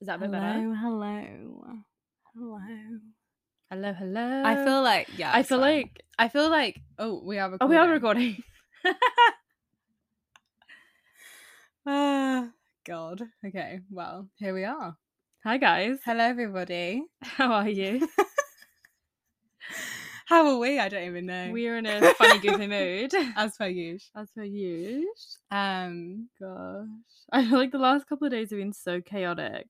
Is that a bit better? Hello, hello, hello. Hello, hello. I feel like yeah. I it's feel fine. like I feel like oh we are oh, recording. we are recording. Ah, God. Okay. Well, here we are. Hi guys. Hello, everybody. How are you? How are we? I don't even know. we are in a funny goofy mood. as per usual. As per usual. Um. Gosh. I feel like the last couple of days have been so chaotic.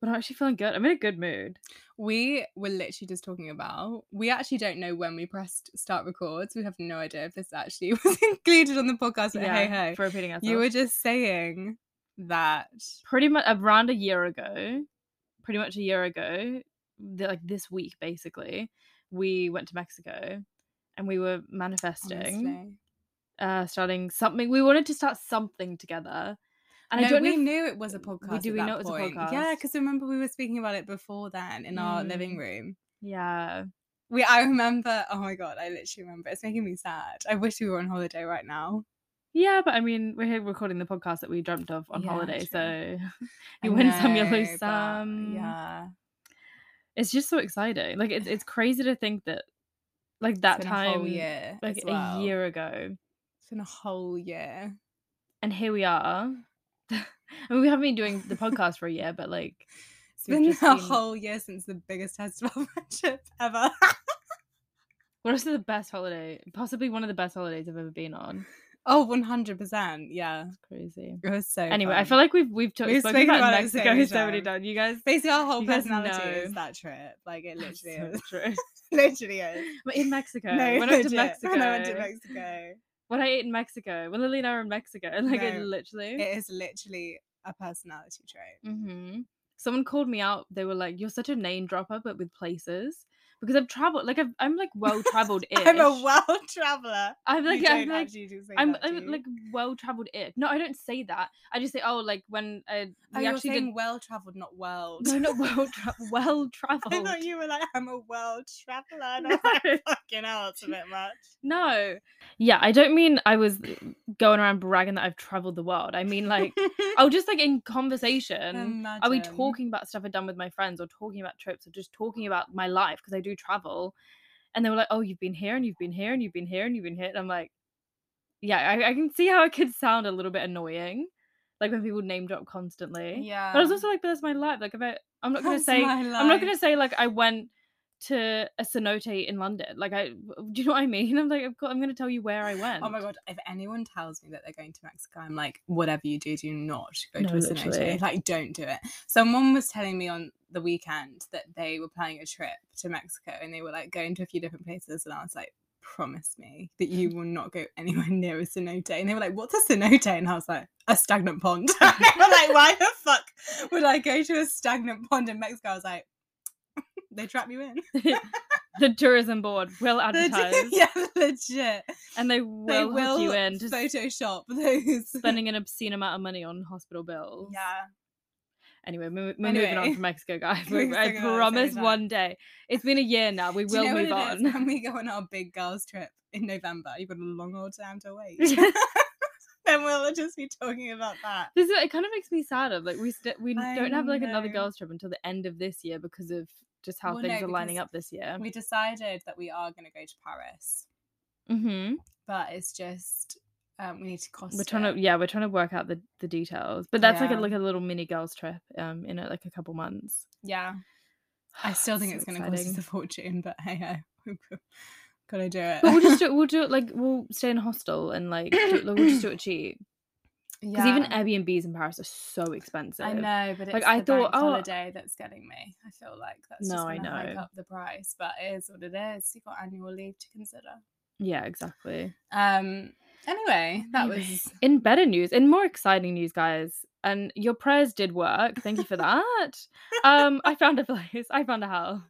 But I'm actually feeling good. I'm in a good mood. We were literally just talking about. We actually don't know when we pressed start records. We have no idea if this actually was included on the podcast. But hey, hey. For repeating ourselves. You were just saying that. pretty much around a year ago, pretty much a year ago, th- like this week basically, we went to Mexico and we were manifesting, honestly. uh, starting something. We wanted to start something together, and no, I don't we know. if- knew it was a podcast. do- at we that know it was a point. Yeah, podcast. because remember we were speaking about it before then in our living Mm. room. yeah, We, I remember. Oh my god, I literally remember. It's making me sad. I wish we were on holiday right now. yeah, but I mean, we're here recording the podcast that we dreamt of on Yeah, holiday, true. so I you win some, you lose know, but some. Yeah, it's just so exciting. Like it's it's crazy to think that, like that it's been a time, whole year like as well. a year ago, It's been a whole year. and here we are. I mean, we haven't been doing the podcast for a year, but like, It's We've been a just been- whole year since the biggest test of our friendship ever. what is the best holiday? Possibly one of the best holidays I've ever been on. oh, one hundred percent. Yeah, It's crazy. it was so. Anyway, I fun. feel like we've we've, talked We've spoken spoken about, about it so Mexico many so many times. times. You guys, basically our whole you guys personality is know. that trip. Like it That's literally so is. true. literally is. But in Mexico, when No, I went to legit, Mexico, When I went to Mexico, when I ate in Mexico, when Lily and I were in Mexico, like I No, literally. it is literally a personality trait. hmm Someone called me out. They were like, "You're such a name dropper, but with places." Because I've traveled, like I've, I'm like well traveled. I'm a world traveler. I'm like you I'm don't like actually do say I'm, that, do I'm you? like well traveled ick. No, I don't say that. I just say, oh, like when uh, oh, we you're actually saying did. well traveled, not world. No, not well tra- well I traveled. thought you were like I'm a world traveler. And I was like, fucking hell, that's a bit much. No, yeah, I don't mean I was uh, going around bragging that I've traveled the world. I mean like oh, just like in conversation. Are we Imagine. talking about stuff I've done with my friends, or talking about trips, or just talking about my life because I do travel? And they were like, oh, you've been here, and you've been here, and you've been here, and you've been here. And I'm like, yeah, I, I can see how it could sound a little bit annoying, like when people name drop constantly. Yeah. But I was also like, but that's my life. Like, if I, I'm not gonna That's say, my I'm not gonna life. say like I went to a cenote in London. Like, I, do you know what I mean? I'm like, I've got, I'm gonna tell you where I went. Oh my god! If anyone tells me that they're going to Mexico, I'm like, whatever you do, do not go No, to a literally. cenote. Like, don't do it. Someone was telling me on the weekend that they were planning a trip to Mexico and they were like going to a few different places, and I was like, promise me that you will not go anywhere near a cenote. And they were like, what's a cenote? And I was like, a stagnant pond. and they were like, why the fuck would I go to a stagnant pond in Mexico? I was like, they trap you in. the tourism board will advertise, yeah, legit. and they will they hook will you in. Just Photoshop those. spending an obscene amount of money on hospital bills. Yeah. Anyway, mo- we're moving on Anyway. from Mexico, guys. We're We- gonna I talk about it another promise time. one day. It's been a year now. We Do will you know move what it is? on. When we go on our big girls trip in November, you've got a long old time to wait. Yeah. then we'll just be talking about that. This is, it kind of makes me sad of like we st- we I don't have like another know. girls trip until the end of this year because of just how Well, things no, are lining because up this year. We decided that we are going to go to Paris, hmm but it's just um, we need to cost. We're trying it. to yeah, we're trying to work out the, the details. But that's like a Yeah. like a little mini girls trip um in a, like a couple months. Yeah, I still think So it's going to cost us exciting. a fortune, but hey, hey, gotta do it. But we'll just do, we'll do it like we'll stay in a hostel and like do, it- like, we'll just do it cheap because even Yeah. Airbnbs in Paris are so expensive. I know, but it's I the thought, bank oh- holiday that's getting me. I feel like that's No, just I going to hike know. up the price, but it is what it is. You've got annual leave to consider. Yeah, exactly. Um. Anyway, that was in better news, in more exciting news, guys. And your prayers did work. Thank you for that. um, I found a place. I found a house.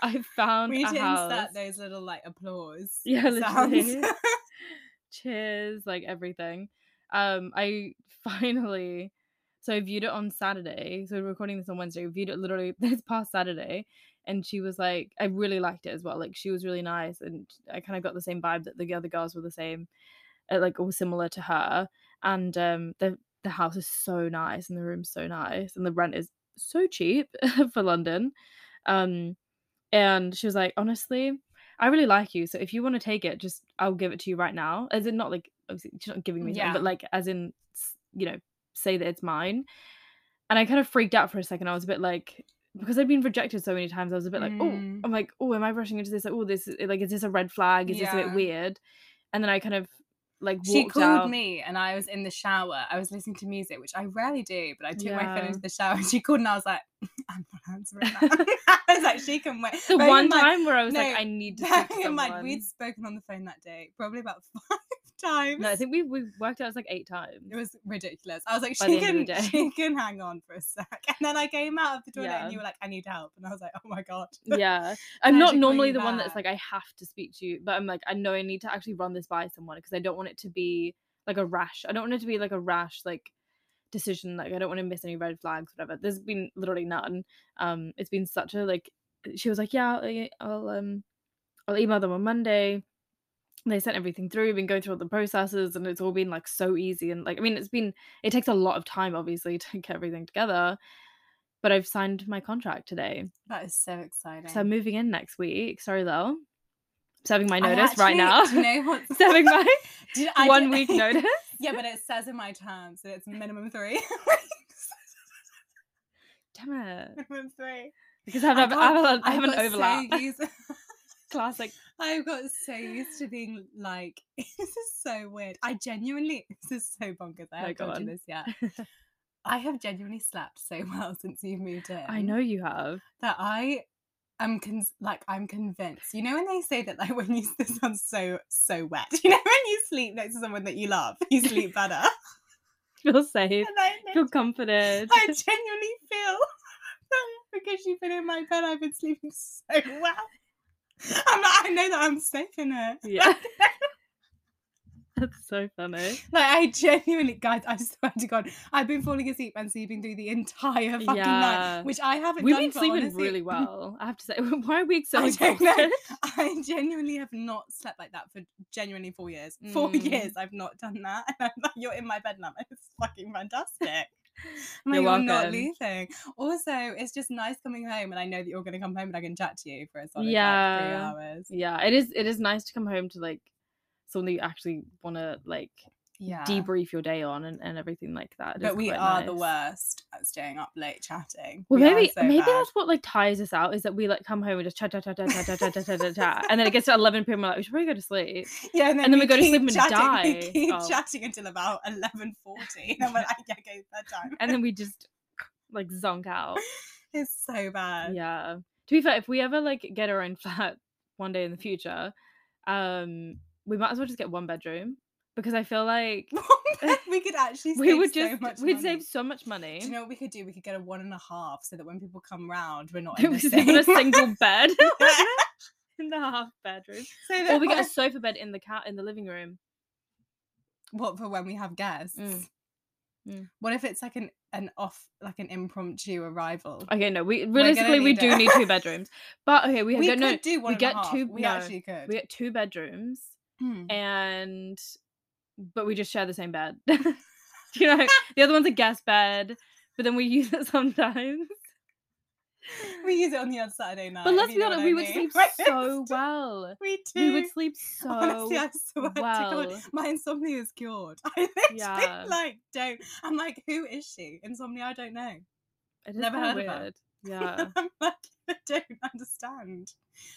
I found we need a to house. insert those little like applause. Yeah, sounds. literally. Cheers, like everything. Um, I finally. So I viewed it on Saturday. So we're recording this on Wednesday. I viewed it literally this past Saturday, and she was like, I really liked it as well. Like she was really nice, and I kind of got the same vibe that the other girls were the same, uh, like all similar to her. And um, the the house is so nice and the room's so nice and the rent is so cheap for London. Um, and she was like, honestly, I really like you. So if you want to take it, just I'll give it to you right now. As in, not like obviously she's not giving me, something, Yeah. but like as in, s- you know, say that it's mine. And I kind of freaked out for a second. I was a bit like, because I'd been rejected so many times, I was a bit like, oh, Mm. I'm like, oh, am I rushing into this? Like, oh, this is like, is this a red flag? Is this a bit Yeah. weird? And then I kind of like walked She called out. me and I was in the shower. I was listening to music, which I rarely do, but I took my Yeah. phone into the shower and she called and I was like, I'm not answering that. I was like, she can wait. The Bearing one in mind- time where I was like, no, I need to speak to Bearing in someone. mind, we'd spoken on the phone that day probably about five times. No, I think we we worked out it was like eight times. it was ridiculous. I was like, By she the end of can, the day. she can hang on for a sec. And then I came out of the toilet Yeah. and you were like, I need help. And I was like, oh my God. yeah, I'm And I not should call normally you the one that's back. like I have to speak to you, but I'm like I know I need to actually run this by someone because I don't want it to be like a rash. I don't want it to be like a rash like decision. Like I don't want to miss any red flags, whatever. There's been literally none. Um, it's been such a like. She was like, yeah, I'll, e- I'll um, I'll email them on Monday. They sent everything through. We've been going through all the processes, and it's all been like so easy. And like, I mean, it's been it takes a lot of time, obviously, to get everything together. But I've signed my contract today. That is so exciting. So I'm moving in next week. Sorry, Lil. Serving my I notice right actually- now. Do you know what's Serving my Did- I one did- week notice. Yeah, but it says in my terms that it's minimum three. Damn it. minimum three. Because I have, I have, got- have, a- I have an got so overlap. used- Classic. I got so used to being like, this is so weird. I genuinely, this is so bonkers. No, I haven't go told you on. this yet. I have genuinely slept so well since you moved in. I know you have. that I am con- like I'm convinced. You know when they say that like when you this sounds so so wet. You know when you sleep next to someone that you love, you sleep better. Feel safe. and I, lit- Feel confident. I genuinely feel that because you've been in my bed, I've been sleeping so well. I'm like, I know that I'm safe in it. yeah. That's so funny. Like I genuinely, guys, I swear to God, I've been falling asleep and sleeping through the entire fucking Yeah. night, which I haven't. We've done been for, sleeping honestly, really well. I have to say, why are we so I don't know. exhausted? I genuinely have not slept like that for genuinely four years. Four Mm. years I've not done that. And I'm like, you're in my bed now. It's fucking fantastic. I'm You're like, you're not welcome. leaving. Also, it's just nice coming home and I know that you're gonna come home and I can chat to you for a solid Yeah. like, three hours. Yeah, it is. It is nice to come home to like someone that you actually want to like Yeah. debrief your day on and, and everything like that. It is But we quite are the nice. worst at staying up late chatting. Well, We are maybe so maybe bad. that's what like ties us out is that we like come home and just chat chat chat chat chat chat chat chat chat, chat, chat and then it gets to eleven p.m. We're like we should probably go to sleep. yeah, and then, and then we go to keep sleep and chatting- die. We keep Oh. chatting until about eleven forty, and then we're like, "Yeah, go bedtime." And then we just like zonk out. it's so bad. Yeah. To be fair, if we ever like get our own flat one day in the future, um, we might as well just get one bedroom because I feel like we could actually save we would so just much we'd money. save so much money. Do you know what we could do? We could get a one and a half so that when people come round, we're not It in the was same. even a single bed so in the half bedroom, that or we get a when- sofa bed in the cat in the living room. what for when we have guests. Mm. What if it's like an an off like an impromptu arrival? Okay, no, we gonna realistically we need do it. need two bedrooms, but okay, Oh, we, we don't could know. do one. and a get half. two- We no, actually could. We get two bedrooms Mm. and but we just share the same bed. you know, the other one's a guest bed, but then we use it sometimes. We use it on the odd Saturday night. but if let's Uh, you be know what honest, I we would mean. sleep so well. We do. We would sleep so Honestly, I swear to well. God, my insomnia is cured. I literally Yeah. like don't. I'm like, who is she? Insomnia, I don't know. It is Never kinda heard of her. weird. Yeah. I'm like, I don't understand.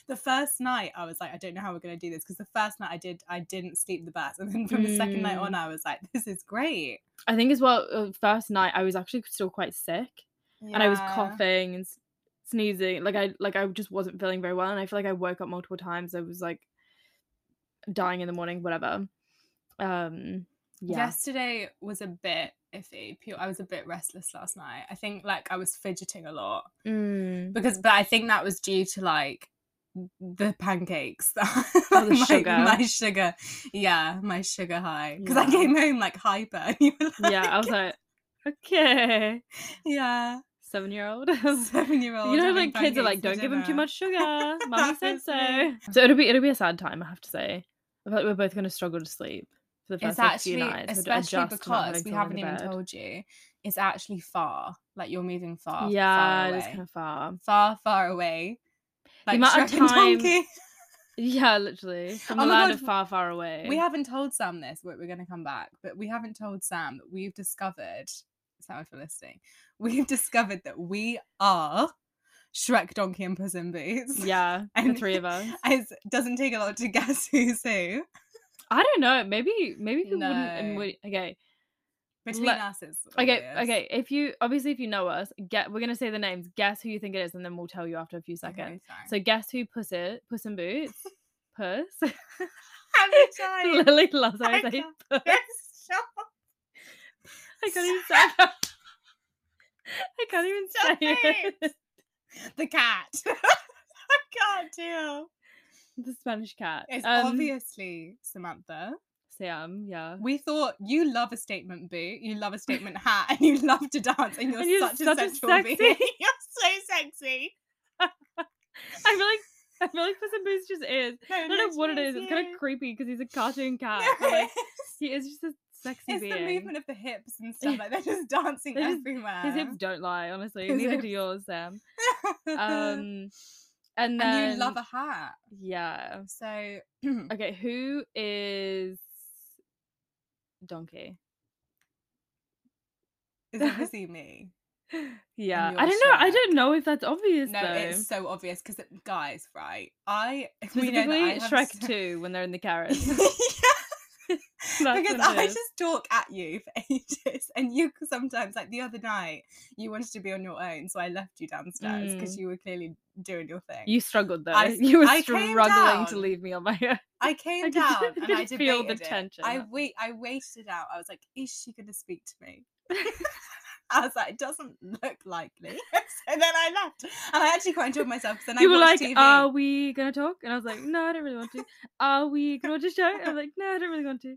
The first night I was like, I don't know how we're gonna do this because the first night I did, I didn't sleep the best, and then from the second night Mm. on, I was like, this is great. I think as well, uh, first night I was actually still quite sick and I was Yeah. coughing and s- sneezing. Like I like I just wasn't feeling very well and I feel like I woke up multiple times. I was like dying in the morning, whatever. Um yeah. Yesterday was a bit iffy. pu- I was a bit restless last night. I think like I was fidgeting a lot Mm. because, but I think that was due to like the pancakes Oh, the my, sugar. my sugar yeah my sugar high because i Yeah. came home like hyper and you were like Yeah, I was like, okay, yeah seven year old. seven year old. You know, like kids are like, don't give him too much sugar. Mommy That said was so. me. So it'll be it'll be a sad time, I have to say. I feel like we're both gonna struggle to sleep for for the first It's like, few actually, nights, so to especially adjust to not because having we someone haven't in even bed. told you, it's actually far. Like you're moving far. yeah, far it away. is kind of far. far, far away. Like amount of Shrek and time- Donkey. Yeah, literally. From Oh the my land God, of far, far away. We haven't told Sam this, but we're going to come back. But we haven't told Sam that we've discovered, Sam, if you're listening, we've discovered that we are Shrek, Donkey, and Puss in Boots. yeah, the and- three of us. It doesn't take a lot to guess who's who. I don't know. Maybe maybe people wouldn't. and No. would- Okay, Between Let- us, it's okay, obvious. okay. If you obviously if you know us, get we're gonna say the names. Guess who you think it is, and then we'll tell you after a few Okay, seconds. fine. So guess who Puss it Puss in Boots. Puss. I'm trying. Lily loves how I I say can't- puss. Yes, sure. I can't even say. it. I can't even Stop say it. The cat. I can't do. The Spanish cat. It's Um, obviously Samantha. Sam. Yeah. We thought you love a statement boot, you love a statement hat, and you love to dance, and you're, And you're such, such a a sensual sexy- being. you're so sexy. I feel like I feel like Puss in Boots just is. I don't know what it is. It's kind of crazy. creepy because he's a cartoon cat. No, but, like, it is. he is just a sexy it's being. the movement of the hips and stuff. Like they're just dancing They're just- everywhere. His hips don't lie, honestly. His Neither hips- do yours, Sam. Um, and then and you love a hat. yeah. So Okay, who is Donkey? it's obviously me. Yeah, you're I don't know. I Shrek. don't know if that's obvious No, though. it's so obvious because guys, right? I we know that Specifically, I have Shrek so- Two when they're in the carrot. Yeah. That's because what it I is. just talk at you for ages, and you c- sometimes, like the other night, you wanted to be on your own, so I left you downstairs because you were clearly doing your thing. Mm. You struggled though. I s- you were I came struggling to down. leave me on my own. I came I could- down I and I could debated feel the it. tension. I wait, I waited it out. I was like, is she going to speak to me? I was like, it doesn't look likely. so then I left, and I actually quite enjoyed myself. 'cause Then I you were like, "Oh, watched TV. "Are we gonna talk?" And I was like, "No, I don't really want to." Are we gonna watch a show? And I was like, "No, I don't really want to."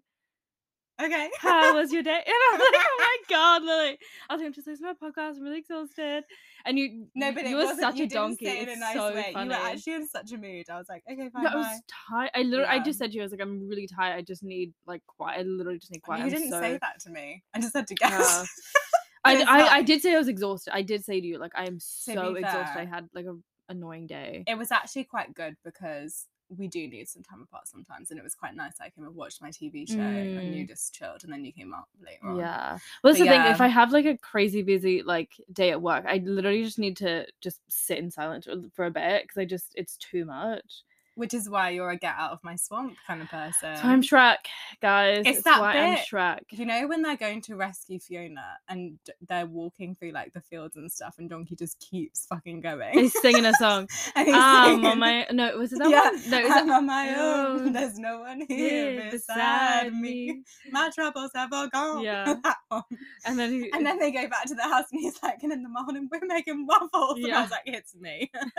okay, How was your day? And I was like, "Oh my god, Lily!" I was like, "I'm just listening to my podcast. I'm really exhausted." And you, No, you- but it you were wasn't, such you a didn't donkey. Say it in It's a nice so way. funny. You were actually in such a mood. I was like, okay, fine, No, I bye. was tired. I literally, I Yeah. just said to you, I was like, "I'm really tired. I just need like quiet. I literally just need quiet." Oh, You I'm didn't so say that to me. I just had to guess. Uh, I, It's I, I fine. did say I was exhausted. I did say to you, like, I am so be exhausted. I fair- had like a annoying day. it was actually quite good because we do need some time apart sometimes, and it was quite nice. I came and watched my TV show, and you just chilled, and then you came up later on. Yeah. Well, that's But the thing. If yeah. I have like a crazy busy like day at work, I literally just need to just sit in silence for- for a bit because I just it's too much. which is why you're a get out of my swamp kind of person. So I'm Shrek, guys. Um, It's That's that why I'm bit- Shrek. You know when they're going to rescue Fiona and d- they're walking through like the fields and stuff, and Donkey just keeps fucking going. He's singing a song. and he's Um, on singing- my no, was it that yeah, one? No, is I'm that on my own. own. There's no one Oh. here here beside me. My troubles have all gone. Yeah. That one. And then he, And then they go back to the house and he's like, and in the morning we're making waffles. And Yeah. I was like, it's me.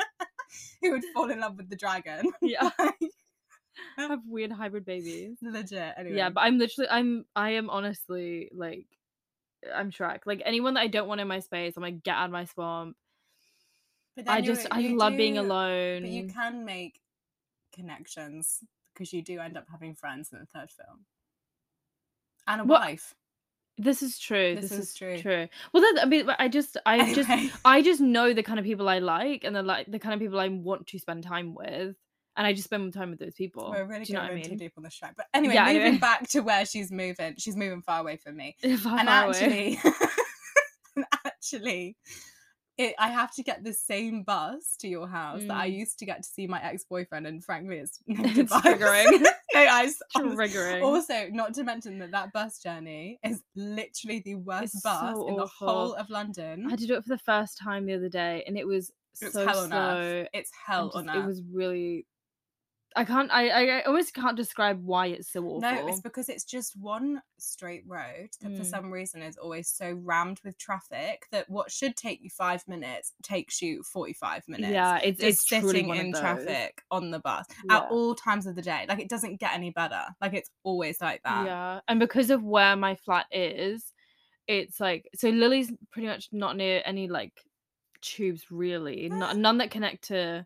Who would fall in love with the dragon? yeah, Like, have weird hybrid babies. Legit. Anyway. Yeah, but I'm literally I'm I am honestly like I'm Shrek. Like anyone that I don't want in my space, I'm like get out of my swamp. But I then just you- I you love being do- alone. But you can make connections because you do end up having friends in the third film. And a What- wife. This is true. This, This is, is true. true. Well, that, I mean, I just I just Anyway. I just know the kind of people I like and the like the kind of people I want to spend time with, and I just spend time with those people. We're really Do you know going what I too mean? deep on this track. But anyway, Yeah, moving anyway. back to where she's moving, she's moving far away from me. Far, and far away. actually, and actually, it, I have to get the same bus to your house that I Mm. used to get to see my ex boyfriend, and frankly, it's negative it's vibes. triggering. no, I s- honest- triggering. Also, not to mention that that bus journey is literally the worst It's bus so in the whole awful. of London. I had to do it for the first time the other day, and it was it's so hell on slow. earth. It's and hell on just- earth. It was really. I can't. I, I I almost can't describe why it's so awful. No, it's because it's just one straight road that for Mm. some reason is always so rammed with traffic that what should take you five minutes takes you 45 minutes. yeah, it's Just it's truly sitting one of in those. traffic on the bus Yeah. at all times of the day. Like it doesn't get any better. Like it's always like that. Yeah. And because of where my flat is, it's like so Lily's pretty much not near any like tubes really. Not none that connect to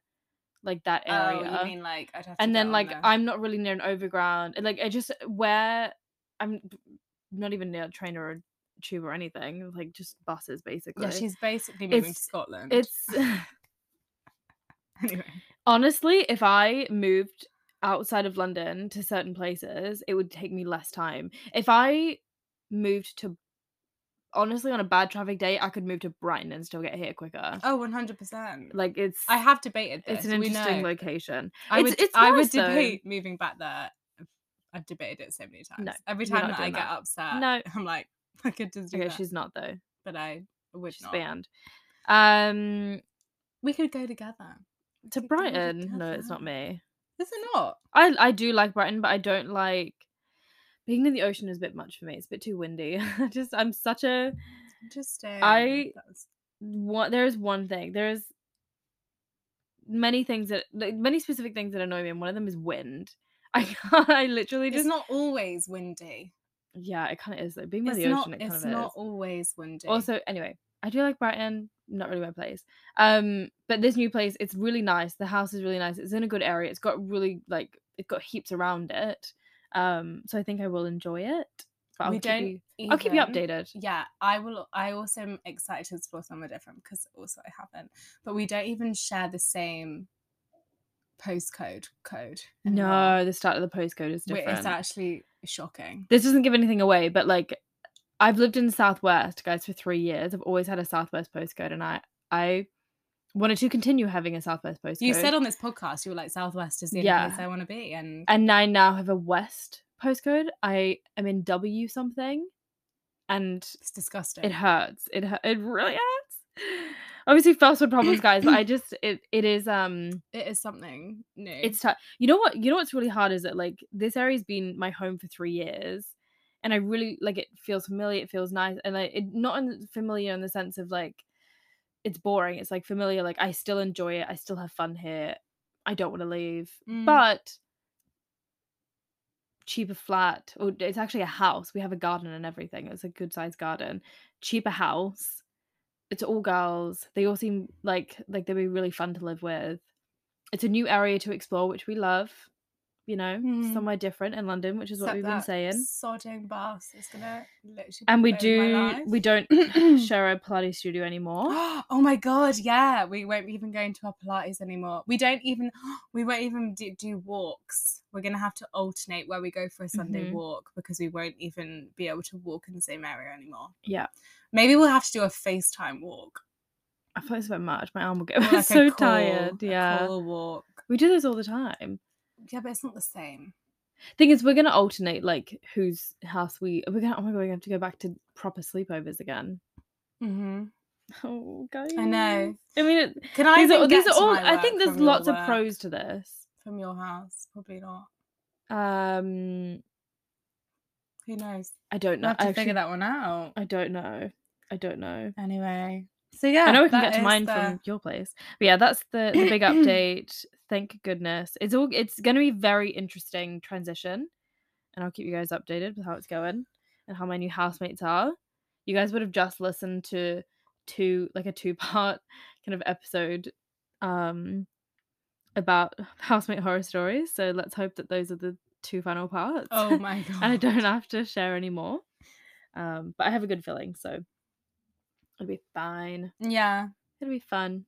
like that Oh, area. you mean like I'd have to and get then on like the- I'm not really near an overground. and, Like I just where I'm not even near a train or a tube or anything. Like just buses, basically. Yeah, she's basically moving to It's- Scotland. It's anyway. honestly, if I moved outside of London to certain places, it would take me less time. If I moved to honestly on a bad traffic day, I could move to Brighton and still get here quicker. Oh, 100%. Like it's I have debated this. it's an we interesting know. location. I It's- would, it's I would nice, though. debate moving back there. I've- I've debated it so many times. No, Every you're time not that I doing get that. upset, No. I'm like, I could just do Okay, that. she's not though. but I would She's not. banned. Um We could go together. We to could go Brighton. No, it's not together. me. Is it not? I I do like Brighton, but I don't like being in the ocean is a bit much for me. It's a bit too windy. I just I'm such a Interesting. I- That's- one there is one thing there is many things that like, many specific things that annoy me and one of them is wind i can't i literally It's just not always windy. yeah it kind of is though being by It's the not. ocean it kind It's of not is always windy. also anyway i do like brighton not really my place um but this new place it's really nice the house is really nice it's in a good area it's got really like it's got heaps around it um so i think i will enjoy it but I'll we keep don't. you- i'll keep you even- updated Yeah, I will. I also am excited to explore somewhere different because also I haven't. But we don't even share the same postcode code. anymore, no the start of the postcode is which different is actually shocking. this doesn't give anything away, but like I've lived in Southwest, guys, for three years. I've always had a Southwest postcode, and I I wanted to continue having a Southwest postcode. You said on this podcast you were like Southwest is the only Yeah. place I want to be, and and I now have a West postcode. I am in W something, and it's disgusting. it hurts. It hu- it really hurts. Obviously, first world problems, guys. But I just it it is um it is something new. it's tough. You know what? You know what's really hard is that like this area's been my home for three years, and I really like it. Feels familiar. It feels nice, and like it not in, familiar in the sense of like it's boring. It's like familiar. Like I still enjoy it. I still have fun here. I don't want to leave, Mm. but cheaper flat or it's actually a house we have a garden and everything it's a good sized garden cheaper house it's all girls they all seem like like they'd be really fun to live with it's a new area to explore which we love you know Mm. somewhere different in london which is what Except we've been that saying Sodding bus is gonna literally. and we blow my do life. we don't share a pilates studio anymore oh my god, yeah, we won't be even going to our Pilates anymore. We don't even, we won't even do, do walks. We're gonna have to alternate where we go for a Sunday Mhm. walk because we won't even be able to walk in the same area anymore. Yeah. maybe we'll have to do a FaceTime walk. i feel it's a bit much my arm will or get like a so call- tired a yeah call walk. we do this all the time Yeah, but it's not the same. thing is we're gonna alternate like whose house we we're gonna oh my god we have to go back to proper sleepovers again Mm-hmm. oh guys I know. i mean it, Can I? these even are, these get are to all my i think work there's from your lots of work- pros to this from your house. Probably not. um Who knows? i don't We'll know have to I, actually- figure that one out. I don't know i don't know Anyway, so yeah, i know i can that get to is mine the- from your place but yeah that's the, the big update thank goodness it's all it's gonna be very interesting transition and i'll keep you guys updated with how it's going and how my new housemates are you guys would have just listened to two like a two part kind of episode um about housemate horror stories so let's hope that those are the two final parts Oh my god! and i don't have to share anymore um but i have a good feeling so it'll be fine Yeah, It'll be fun.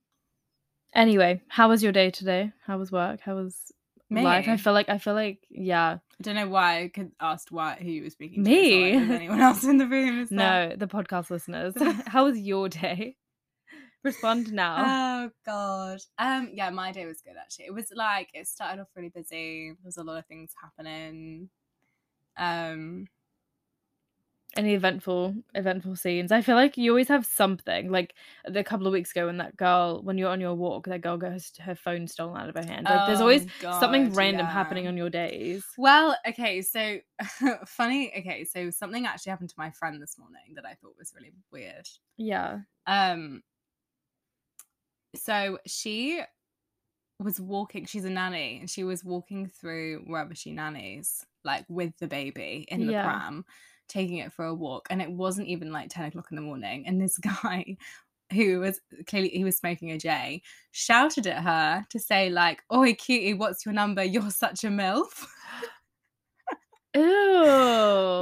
Anyway, how was your day today? How was work? How was me. life? I I feel like I feel like yeah. don't know why I could asked why who you were speaking. Me? to, so, like, there's anyone else in the room? Is there? No, the podcast listeners. how was your day? Respond now. Oh god. Um. Yeah, my day was good actually. It was like it started off really busy. There was a lot of things happening. Um. Any eventful eventful scenes? I feel like you always have something. Like the couple of weeks ago when that girl when you're on your walk, that girl got her- her phone stolen out of her hand. Like there's oh always my something God, random yeah. happening on your days. Well, okay, so funny. Okay, so something actually happened to my friend this morning that I thought was really weird. Yeah. Um, so she was walking. She's a nanny, and she was walking through wherever she nannies, like with the baby in the Yeah. pram, taking it for a walk. And it wasn't even like ten o'clock in the morning. And this guy, who was clearly he was smoking a J, shouted at her to say like, "Oi, cutie, what's your number? You're such a milf." Ew.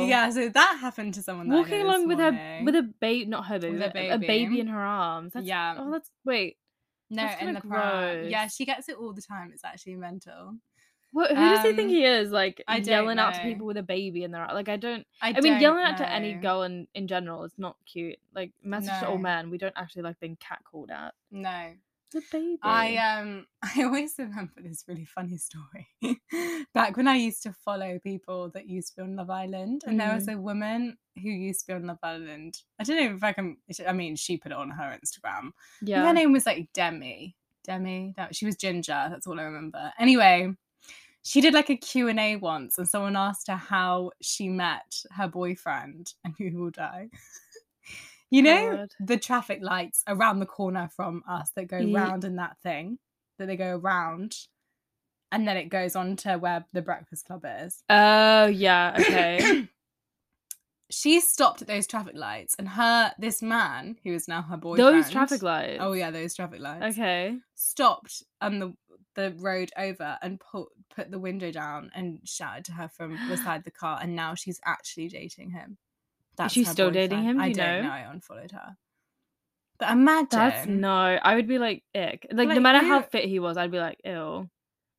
Yeah, so that happened to someone. That I know Oh. Walking this along with her morning. with a baby, not her baby, With a but a baby baby. in her arms. That's, yeah, Oh, that's wait. no, that's in kinda the pram. Yeah, gross. she gets it all the time. It's actually mental. What, who does he think Um, he is? Like I don't yelling out to know. people with a baby in their like. I don't. I, I mean, don't yelling out to any know. girl in, in general is not cute. Like, message to all No. men. We don't actually like being catcalled at. No, The baby. I um I always remember this really funny story. Back when I used to follow people that used to be on Love Island, and there was Mm-hmm. a woman who used to be on Love Island. I don't know if I can. I mean, she put it on her Instagram. I think yeah. Her name was like Demi. Demi. no, She was ginger. That's all I remember. Anyway, she did like a Q&A once and someone asked her how she met her boyfriend and who will die. you know, God. the traffic lights around the corner from us that go Ye- round in that thing, that they go around and then it goes on to where the breakfast club is. Oh yeah. Okay. She stopped at those traffic lights and her this man who is now her boyfriend. Those traffic lights. Oh yeah, those traffic lights Okay. stopped on the the road over and put put the window down and shouted to her from beside the car and now she's actually dating him. she her still dating him? Do I you don't know? know. I unfollowed her. But imagine That's no. I would be like ick. Like, no Like, matter how who- fit he was, I'd be like ew.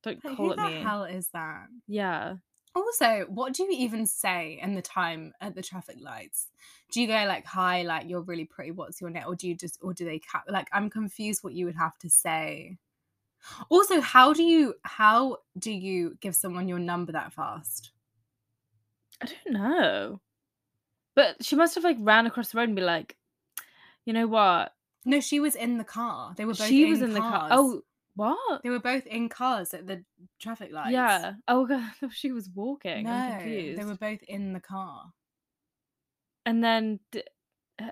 Don't like, call who it the me. hell is that? Yeah. Also, what do you even say in the time at the traffic lights? Do you go like hi, like you're really pretty, what's your name? Or do you just or do they cap like I'm confused what you would have to say. Also, how do you how do you give someone your number that fast? I don't know. But she must have like ran across the road and be like, you know what? No, she was in the car. They were both She in was in the car. cars. Oh, what? they were both in cars at the traffic lights. Yeah. Oh god, I thought she was walking. I'm No, confused. they were both in the car. And then, d- uh,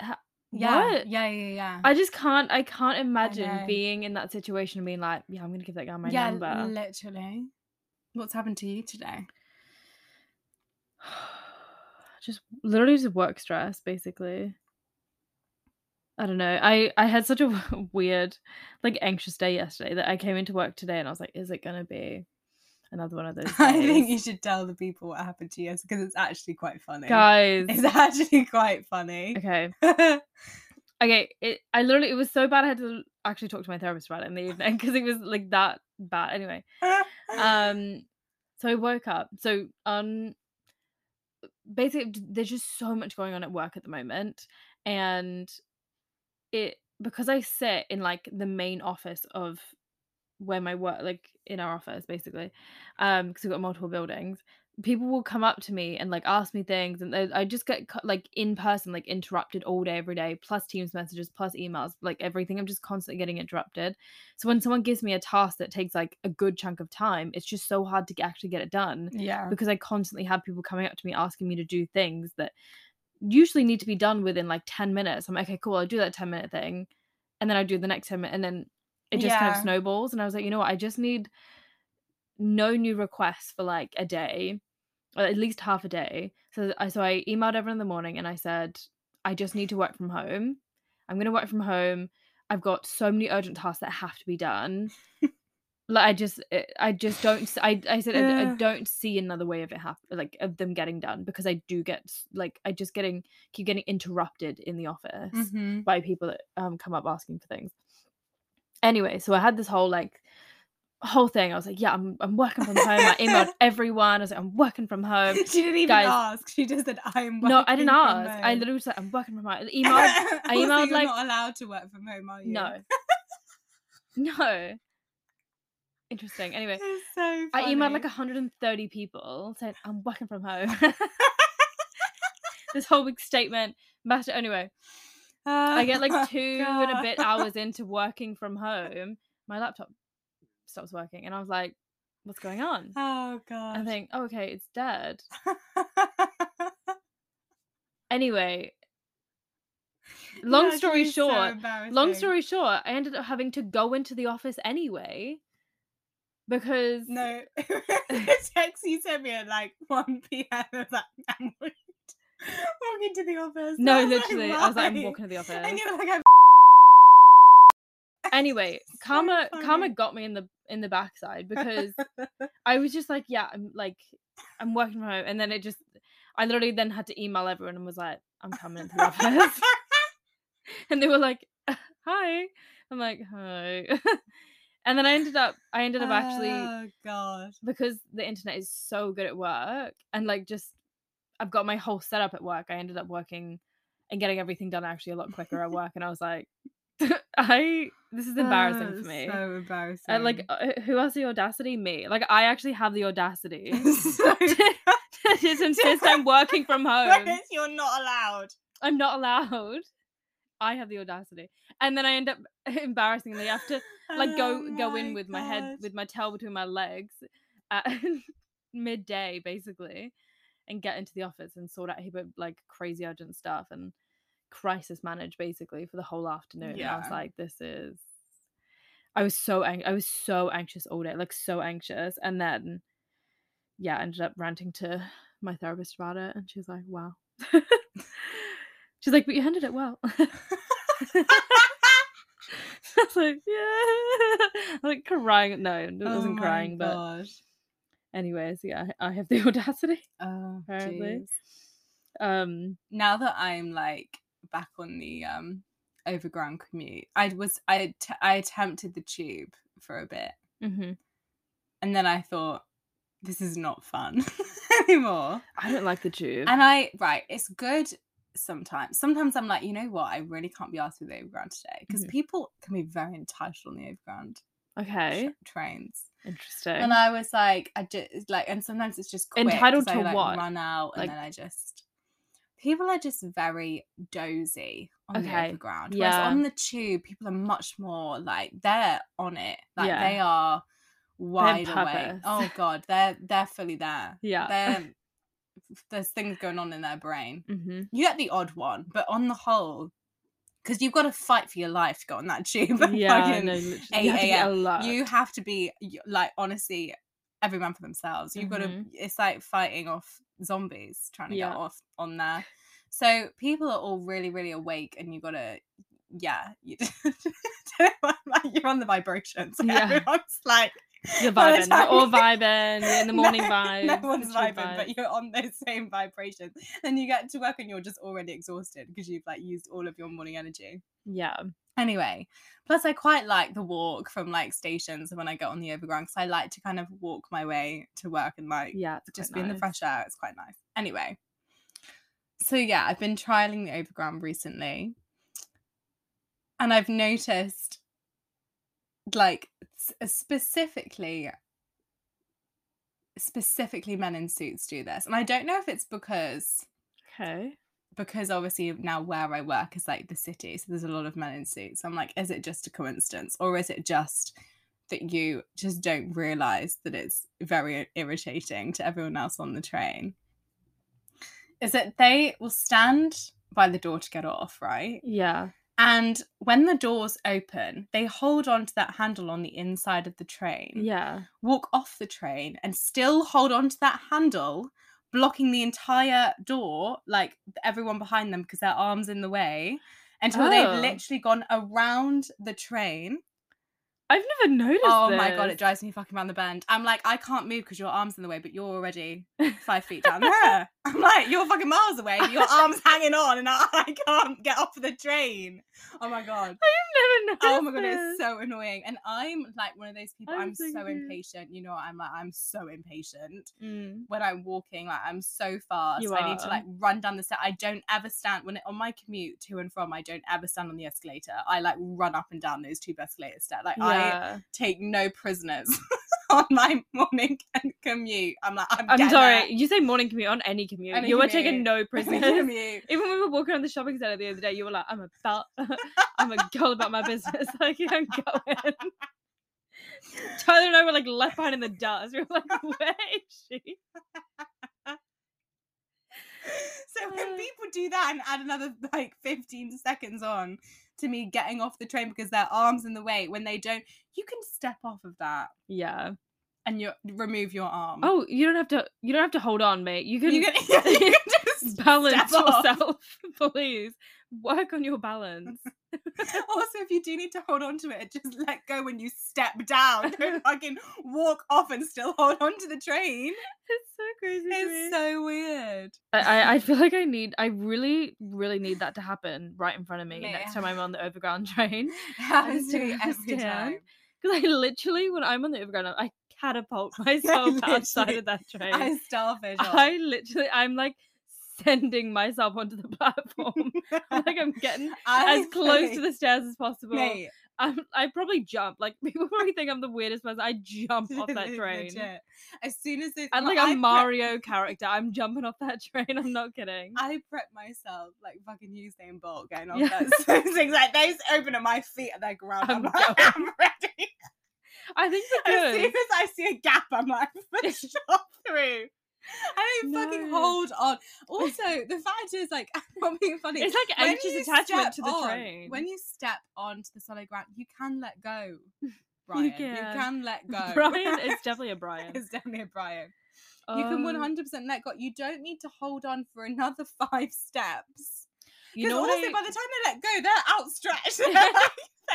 uh, Yeah, what? yeah, yeah, yeah. I just can't. I can't imagine know. being in that situation and being like, yeah, I'm gonna give that guy my yeah, number. literally. What's happened to you today? just literally just work stress basically i don't know i i had such a weird like anxious day yesterday that i came into work today and i was like is it gonna be another one of those I think days?" you should tell the people what happened to you because it's actually quite funny. guys It's actually quite funny. okay okay it, i literally it was so bad i had to actually talk to my therapist about it in the evening because it was like that bad anyway um so i woke up so um basically d- there's just so much going on at work at the moment and it because i sit in like the main office of where my work like in our office basically um because we've got multiple buildings people will come up to me and like ask me things and they- i just get co- like in person like interrupted all day every day plus teams messages plus emails like everything i'm just constantly getting interrupted so when someone gives me a task that takes like a good chunk of time it's just so hard to g- actually get it done yeah. because I constantly had people coming up to me asking me to do things that usually need to be done within like 10 minutes. I'm like, okay, cool, I'll do that 10 minute thing. And then I do the next 10 minute and then it just kind Yeah. of snowballs. And I was like, you know what, I just need no new requests for like a day or at least half a day. So I so I emailed everyone in the morning and I said, I just need to work from home. I'm gonna work from home. I've got so many urgent tasks that have to be done. like I just, I- I just don't. s- I, I said I, I Ugh. don't see another way of it happen, like of them getting done because I do get s- like I just getting keep getting interrupted in the office Mhm. by people that um come up asking for things. Anyway, so I had this whole like whole thing. I was like, yeah, I'm I'm working from home. I emailed everyone. I was like, I'm working from home. she didn't even um, guys- ask. She just said, "I'm." No, I didn't working from ask. I home." literally said I'm working from home. I emailed Also, emailed, you're like- not allowed to work from home, are you? No. no. Interesting. Anyway, It's so funny. I emailed like 130 people saying I'm working from home. this whole big statement. Matter anyway. I get Oh, like two and a bit God. hours into working from home. My laptop stops working, and I was like, "What's going on?" Oh god. I think, "Oh, okay, it's dead." Anyway, Long That's story really so short- long embarrassing. story short, I ended up having to go into the office anyway because No, the text you sent me at like 1 p.m. I was like, I'm walking walking to the office. And No, I was like, literally, I was like, I'm "Why?" walking to the office. And you were like, I'm Anyway, so karma, karma funny. got me in the in the backside because I was just like, yeah, I'm like, I'm working from home, and then it just, I literally then had to email everyone and was like, I'm coming into the office, and they were like, hi, I'm like, hi, and then I ended up, I ended up actually Oh god. because the internet is so good at work and like just I've got my whole setup at work. I ended up working and getting everything done actually a lot quicker at work and I was like I this is embarrassing Oh, for me. So embarrassing. And like uh, who has the audacity? Me. Like I actually have the audacity So- to just insist I'm working from home. Whereas you're not allowed. I'm not allowed. I have the audacity. And then I end up embarrassingly have to like go Oh go in with my head God. with my tail between my legs at midday basically and get into the office and sort out a heap of like crazy urgent stuff and crisis manage basically for the whole afternoon and i was Yeah. like this is i was so ang- i was so anxious all day like so anxious and then yeah I ended up ranting to my therapist about it and she was like wow she's like but you handled it well I was like, yeah. I'm like crying. No, I Oh wasn't my crying, but God. anyways, yeah, I have the audacity. Oh, Apparently. jeez. Um, now that I'm like back on the um overground commute, I was I t- I attempted the tube for a bit, Mm-hmm. mhm. and then I thought this is not fun anymore. I don't like the tube. And I right, it's good sometimes. Sometimes I'm like, you know what? I really can't be asked with the overground today because Mhm. people can be very entitled on the overground tra- Okay, trains. interesting. And I was like, I just like, and sometimes it's just quick, Entitled 'cause to I, like, what? Run out, and Like- then I just people are just very dozy on the Okay, overground. yeah. Whereas on the tube, people are much more like they're on it, like Yeah. they are wide awake. purpose. Oh god, they're they're fully there. yeah. They're there's things going on in their brain. hmm You get the odd one, but on the whole, because you've got to fight for your life to go on that tube. Yeah. Fucking- No, literally, you have to be 8 a.m. alert. you have to be y- like honestly every man for themselves you've got to Mhm. it's like fighting off zombies trying to Yeah. get off on there so people are all really really awake and you gotta yeah you, like, you're on the vibrations like, Yeah. everyone's like You're by the vibing. time We're all you- vibing. We're in the No- morning vibes. no the one's tube vibing vibes. but you're on those same vibrations and you get to work and you're just already exhausted because you've like used all of your morning energy yeah. Anyway, plus I quite like the walk from like stations when I get on the overground because I like to kind of walk my way to work and like Yeah. It's just be quite in the nice. fresh air. It's quite nice. Anyway, so yeah, I've been trialing the overground recently, and I've noticed like s- uh, specifically specifically men in suits do this and i don't know if it's because Okay. because obviously now where I work is like the city, so there's a lot of men in suits. I'm like, is it just a coincidence, or is it just that you just don't realize that it's very irritating to everyone else on the train? Is that they will stand by the door to get off, right? Yeah. And when the doors open, they hold on to that handle on the inside of the train Yeah. walk off the train and still hold on to that handle, blocking the entire door, like everyone behind them because their arms in the way, until Oh. they've literally gone around the train. I've never noticed. oh my god, this. it drives me fucking round the bend. I'm like, I can't move because your arms in the way, but you're already five feet down there. I'm like, you're fucking miles away, but your arms hanging on, and I, I can't get off the train. Oh my god. I've never noticed. Oh my god, it's this. so annoying. And I'm like one of those people. I'm I'm, so so, confused. impatient. You know, what? I'm like I'm so impatient Mm. when I'm walking. Like I'm so fast. You I need to are. like run down the set. I don't ever stand when on my commute to and from. I don't ever stand on the escalator. I like run up and down those two escalator steps. Like I Yeah. take no prisoners on my morning c- commute. I'm like I'm, I'm getting sorry. there. You say morning commute on any commute. Any you were taking commute. no Morning prisoners. commute. Even when we were walking around the shopping centre the other day, you were like, "I'm about, I'm a girl about my business." Like I'm going. Tyler and I were like left behind in the dust. We were like, "Where is she?" so when Uh. people do that and add another like 15 seconds on to me getting off the train because their arms in the way when they don't you can step off of that Yeah. and you remove your arm Oh, you don't have to. You don't have to hold on, mate. You can, you can, you can just balance step off. yourself, please. work on your balance. also, if you do need to hold on to it, just let go when you step down. Don't fucking walk off and still hold on to the train. It's so crazy. to me. It's so weird. I, I- I feel like I need, I really, really need that to happen right in front of me Mate, next I- time I'm on the overground train. It happens to me don't every understand. time. Because I literally, when I'm on the overground, I catapult myself outside literally- of that train. I, I starfish. literally, I'm like sending myself onto the platform. like I'm getting I as close to fully- the stairs as possible. Mate, I'm, I probably jump. Like people probably think I'm the weirdest person. I jump off that le- train. legit. As soon as they I'm well, like I a prep- Mario character. I'm jumping off that train. I'm not kidding. I prep myself like fucking Usain Bolt going off Yeah. that things like those open at my feet and they're ground. I'm, I'm like, I'm ready. I think As soon because as I see a gap, I'm like, for sure through. I don't fucking No. hold on. Also, the fact is, like, I'm not being funny. it's like When anxious you attachment step to the on- train. When you step onto the solid ground, you can let go. Brian, you can, can. let go. Brian, it's definitely a Brian. it's definitely a Brian. You can Um, 100 percent let go. You don't need to hold on for another five steps. You Because know also, what? I, by the time they let go, they're outstretched. they're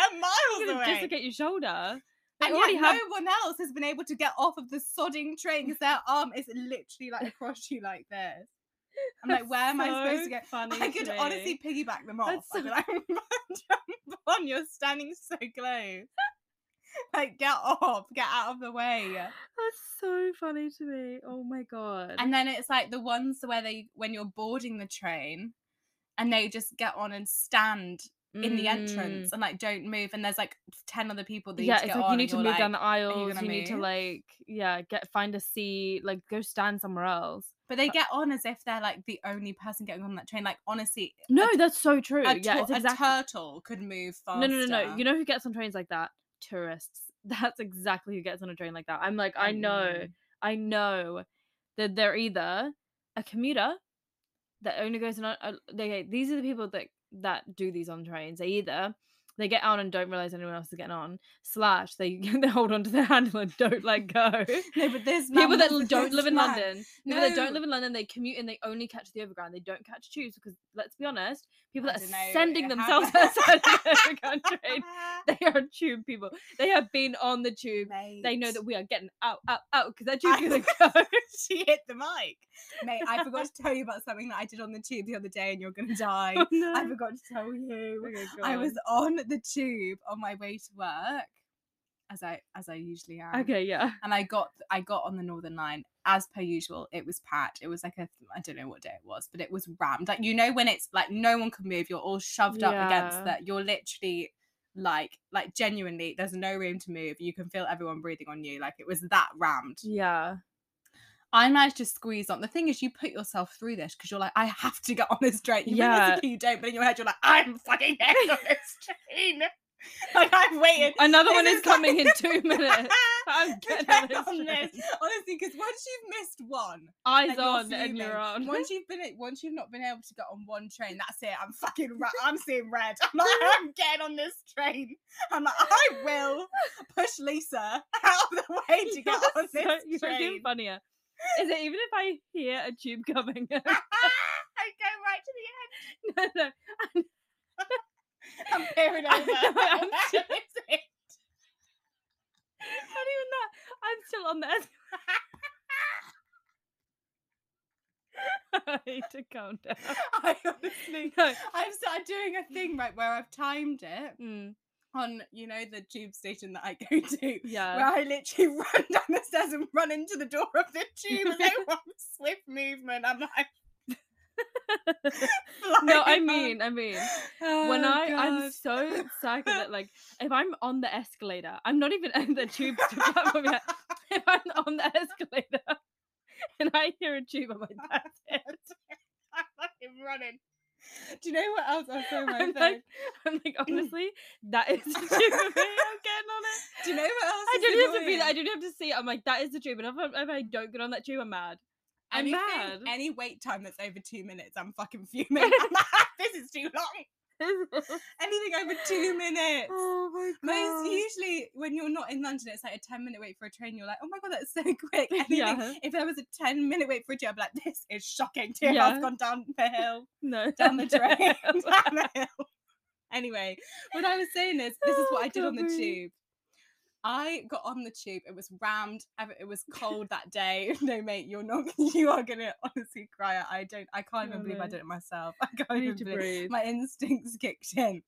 you're miles gonna away. dislocate your shoulder. They And already yet have. no one else has been able to get off of the sodding train because their arm is literally like across you like this. I'm like, where am I supposed to go? Funny I to could me. honestly piggyback them off. That's I'd be like, jump on, you're standing so close. Like, get off, get out of the way. That's so funny to me. Oh my god. And then it's like the ones where they, when you're boarding the train, and they just get on and stand in the entrance and like don't move. And there's like ten other people that you Mm. yeah, need to it's like you need to get on and you're move down the aisles. You gonna need to move?" like, yeah, get find a seat. Like, go stand somewhere else. But they get on as if they're like the only person getting on that train. Like honestly, No, that's so true. a, yeah, tur- it's a exactly. turtle could move No, faster. no, no, no. You know who gets on trains like that? Tourists. That's exactly who gets on a train like that. I'm like, Mm. I know, I know that they're either a commuter that only goes on. A, they these are the people that that do these on trains. They either they get on and don't realize anyone else is getting on. Slash, they they hold onto their handle and don't let go. No, but there's people that l- don't live in London. People that No. don't live in London, they commute and they only catch the overground. They don't catch tubes because let's be honest, people I that are dunno, sending it themselves outside happened. the overground train, they are tube people. They have been on the tube. They know that we are getting out, out, out because that tube's I gonna was- go. she hit the mic. Mate, I forgot to tell you about something that I did on the tube the other day, and you're gonna die. Oh, no. I forgot to tell you. Okay, go I was on. on the tube on my way to work, as I as I usually am. Okay, yeah. and I got I got on the Northern Line as per usual. It was packed. It was like a I don't know what day it was, but it was rammed. Like you know when it's like no one can move. You're all shoved up Yeah. against that. You're literally like like genuinely there's no room to move. You can feel everyone breathing on you. Like it was that rammed. Yeah. I managed to squeeze on. The thing is, you put yourself through this because you're like, I have to get on this train. You Yeah. realistically you don't, but in your head you're like, I'm fucking getting on this train. like I've waited. Another This one is is like- coming in two minutes. I'm Get getting on this on train. this. Honestly, because once you've missed one, Eyes like, you're on and you're fuming. on. Once you've been, a- once you've not been able to get on one train, that's it. I'm fucking. Ra- I'm seeing red. I'm like, I'm getting on this train. I'm like, I will push Lisa out of the way to get on You're so- this you're even train. funnier. Is it even if I hear a tube coming? no, I go right to the end. no. I'm peering I over. know, I'm That's sure. it. Not even that. I'm still on the I need to calm down. I honestly, No. I've started doing a thing right where I've timed it Mm, on, you know, the tube station that I go to. yeah. where I literally run down the stairs and run into the door of the tube and they want swift movement. I'm like, No, I flying mean, I mean, on. when Oh, I I'm God. so excited that like if I'm on the escalator, I'm not even on the tube to platform yet. If I'm on the escalator and I hear a tube, I'm like, that's it. I'm fucking running. Do you know what else I saw on my I'm phone? like- I'm like, honestly, that is the tube for me. I'm getting on it. Do you know what else? I is don't have to be. annoying? I don't have to see. it. I'm like, that is the tube. And if I, if I don't get on that tube, I'm mad. I'm Anything, mad. Any wait time that's over two minutes, I'm fucking fuming. I'm like, this is too long. Anything over two minutes. oh my god. Most usually, when you're not in London, it's like a 10 minute wait for a train. You're like, oh my God, that's so quick. Anything, Yeah. If there was a 10 minute wait for a train, I'd be like, this is shocking. Two Yeah. hours gone down the hill, no. down the drain, down the hill. Anyway, when I was saying this, this is Oh, what I I did on the can't breathe. tube. I got on the tube. It was rammed. ev- It was cold that day. No, mate, you're not. You are gonna honestly cry. out. I don't. I can't even Oh, believe I no. did it myself. I can't I even need to believe breathe. my instincts kicked in.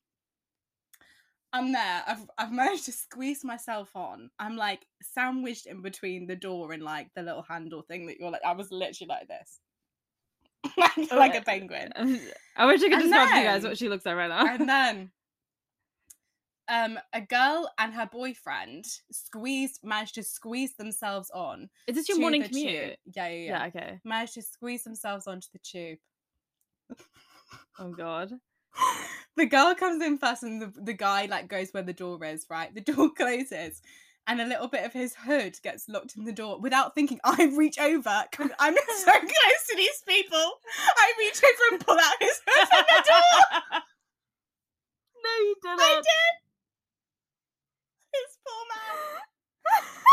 I'm there. I've I've managed to squeeze myself on. I'm like sandwiched in between the door and like the little handle thing that you're like. I was literally like this, like, Oh, like uh, a penguin. Um, I wish I could And describe to you guys then- what she looks like right now. and then, um, a girl and her boyfriend squeezed managed to squeeze themselves on. Is this your to morning the tube. commute? Yeah, yeah, yeah. Yeah. okay. Managed to squeeze themselves onto the tube. Oh god. the girl comes in first and the, the guy like goes where the door is right the door closes and a little bit of his hood gets locked in the door without thinking i reach over come- i'm so close to these people i reach over and pull out his hood from the door No, you didn't. i did his poor man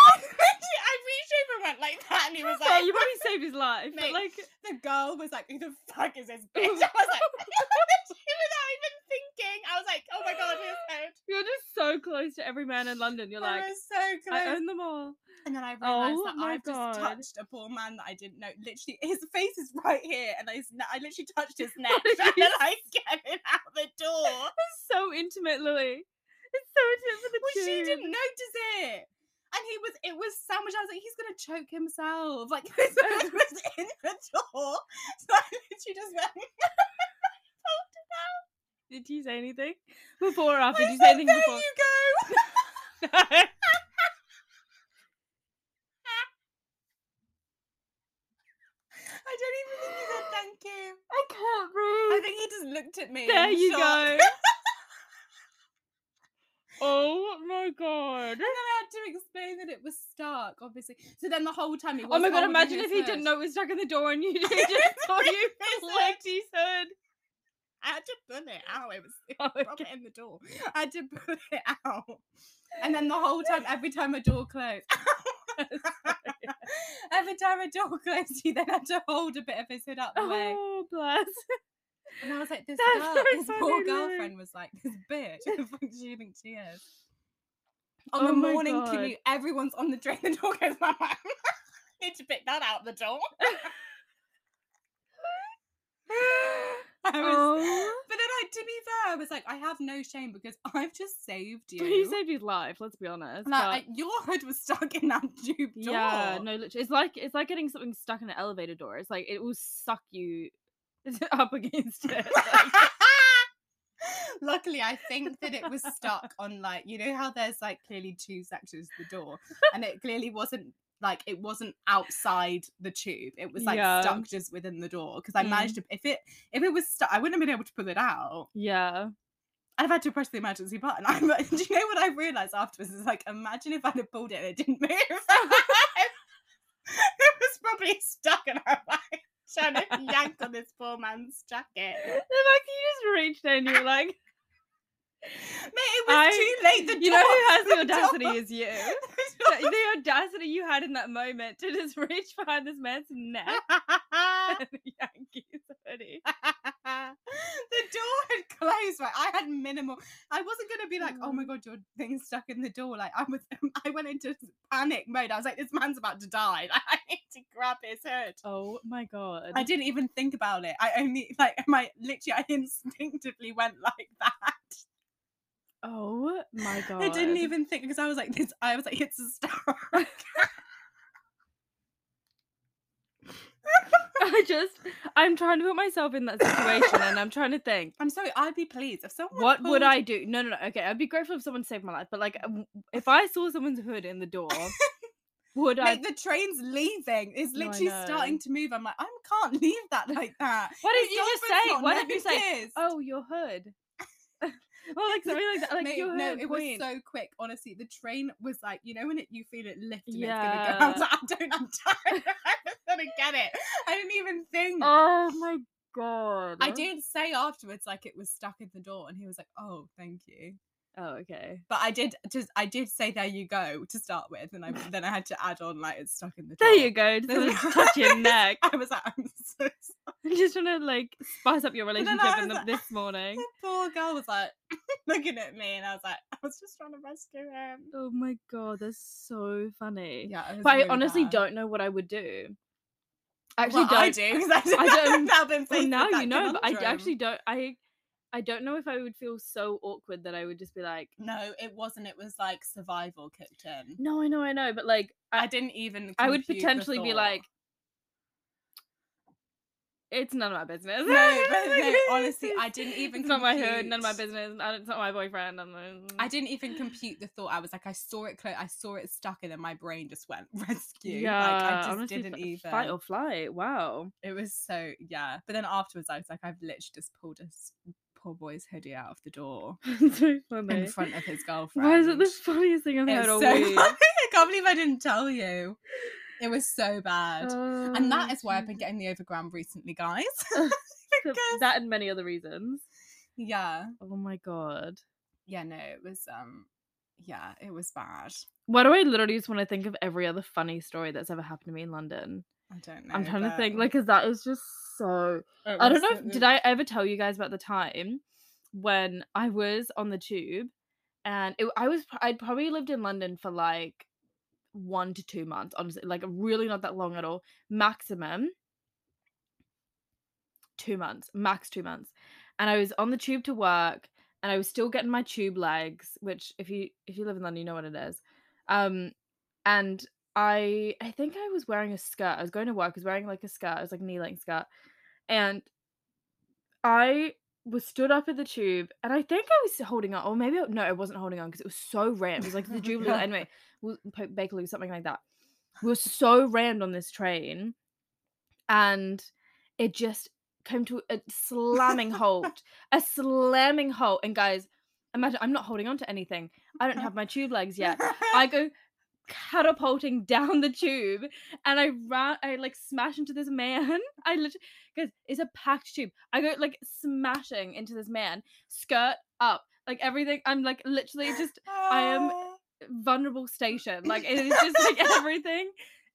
I reached over and went like that and he was Yeah, like you probably saved his life. Mate, But like the girl was like, "Who the fuck is this bitch?" I was like, without even thinking, I was like, "Oh my god, his hood!" you're just so close to every man in London. You're I like, was so I close. own them all. And then I realized Oh that my I've God. just touched a poor man that I didn't know. Literally, his face is right here, and I, s- I literally touched his neck. did and you then I get him out the door. It's so intimate, Lily. It's so Well, she intimate for the tube. didn't notice it. And he was, it was sandwiched. I was like, he's going to choke himself. Like, his head was in the door. So I literally just went, Did you say anything before or after? "Where's Did you that? say anything there before? you go. I don't even think he said thank you. I can't I breathe. think he just looked at me. There in you shock. go. oh my god. And then I had to explain that it was Stark, obviously. So then the whole time he was. Oh my god, holding imagine his if he didn't hood. know it was stuck in the door and you just saw you His hood. flicked his hood. I had to pull it out. It was it Oh my was proper in the door. I had to pull it out. And then the whole time, every time a door closed, every time a door closed, he then had to hold a bit of his hood out the way. Oh bless. And I was like, this That's girl, so his poor funny, no. girlfriend was like, this bitch. Who the fuck do you think she is? On Oh the my morning God. commute, everyone's on the train. The door goes, Mama, I need to pick that out the door. I was, Oh. But then, I, to be fair, I was like, I have no shame because I've just saved you. He saved his life, let's be honest. And I- but- I- your hood was stuck in that tube door. Yeah, no, literally, it's like it's like getting something stuck in an elevator door. It's like it will suck you up against it. like- Luckily, I think that it was stuck on like you know how there's like clearly two sections of the door, and it clearly wasn't like it wasn't outside the tube. It was like Yeah. stuck just within the door because I managed to. If it if it was stuck, I wouldn't have been able to pull it out. yeah, I've had to press the emergency button. I'm, like- do you know what I realised afterwards? Is like imagine if I'd have pulled it and it didn't move. it was probably stuck, and I'm like trying to yank on this poor man's jacket. the fact that you just reached in, you're like, Mate, it was I- too late. The you know who has the door- audacity door- is you. the The- the audacity you had in that moment to just reach behind this man's neck door- and yank his hoodie. the door had closed. Right, I had minimal. I wasn't gonna be like, oh my Mm. god, your thing's stuck in the door. Like I was, I went into panic mode. I was like, this man's about to die. Like, I need to grab his hood. Oh my god! I didn't even think about it. I only like my literally, I instinctively went like that. oh my god! I didn't even think because I was like, this, I was like, it's a star. I just, I'm trying to put myself in that situation, and I'm trying to think. I'm sorry, I'd be pleased if someone. What would pulled- I do? No, no, no. Okay, I'd be grateful if someone saved my life, but like, w- if I saw someone's hood in the door, would I? Mate, the train's leaving. It's No, I literally know. starting to move. I'm like, I can't leave that like that. Why It's didn't you your just hood's say? not Why didn't you say? noticed. Oh, your hood. well, like something like that. Like Mate, your no, hood. it queen. was so quick. Honestly, the train was like, you know, when it, you feel it lift and Yeah. it's gonna go. I was like, I don't have time. I'm just gonna get it. I didn't even think. Oh my god. I did say afterwards, like it was stuck in the door, and he was like, "Oh, thank you." Oh, okay. But I did just, I did say, "There you go" to start with, and I then I had to add on, like, "It's stuck in the door." There you go. Just There's gonna no- touch your neck. I was like, "I'm so sorry." I'm just trying to like spice up your then relationship I in was the, like- this morning. The poor girl was like looking at me, and I was like, "I was just trying to rescue him." Oh my god, that's so funny. Yeah, it was but I really honestly bad. don't know what I would do. I actually well, don't. I do because I, I don't- don't. I've been Well, faced now with that you know, but I d- conundrum. actually don't. I I don't know if I would feel so awkward that I would just be like, No, it wasn't. It was like survival kicked in. no, I know, I know, but like, I I, didn't even. I would compute the potentially be like, thought. it's none of my business. No, but no, honestly, I didn't even It's not my hood, none of my compute- business. and It's not my mm, boyfriend. And then- I didn't even compute the thought. I was like, I saw it. Clo- I saw it stuck, and then my brain just went rescue. like, I just honestly, didn't f- even. fight or flight. Wow. It was so yeah. But then afterwards, I was like, I've literally just pulled this poor boy's hoodie out of the door so funny. in front of his girlfriend. Why is it the funniest thing I've It's heard all so week? funny. I can't believe I didn't tell you. It was so bad. and that Oh, is why I've been Jesus. getting the overground recently, guys. So So because- That and many other reasons. yeah. Oh my god. Yeah, no, it was um yeah, it was bad. Why do I literally just want to think of every other funny story that's ever happened to me in London? I don't know. I'm trying to but think, like, because that is just so. it I don't was- know. it If, did I was- ever tell you guys about the time when I was on the tube, and it, I was I'd probably lived in London for like one to two months, honestly, like really not that long at all, maximum. Two months, max two months, and I was on the tube to work, and I was still getting my tube legs, which if you if you live in London, you know what it is. Um, and I I think I was wearing a skirt. I was going to work. I was wearing like a skirt. It was like a knee length skirt, and I was stood up at the tube, and I think I was holding on, or maybe I- no, I wasn't holding on because it was so random. It was like the Jubilee, Yeah. anyway, w- Po- Bakerloo, something like that. We were so rammed on this train, and it just came to a slamming halt, a slamming halt. And guys, imagine I'm not holding on to anything. I don't have my tube legs yet. I go catapulting down the tube and I ran I like smash into this man. I literally because it's a packed tube. I go like smashing into this man, skirt up, like everything. I'm like literally just am- Ah. vulnerable station. Like it is just like everything.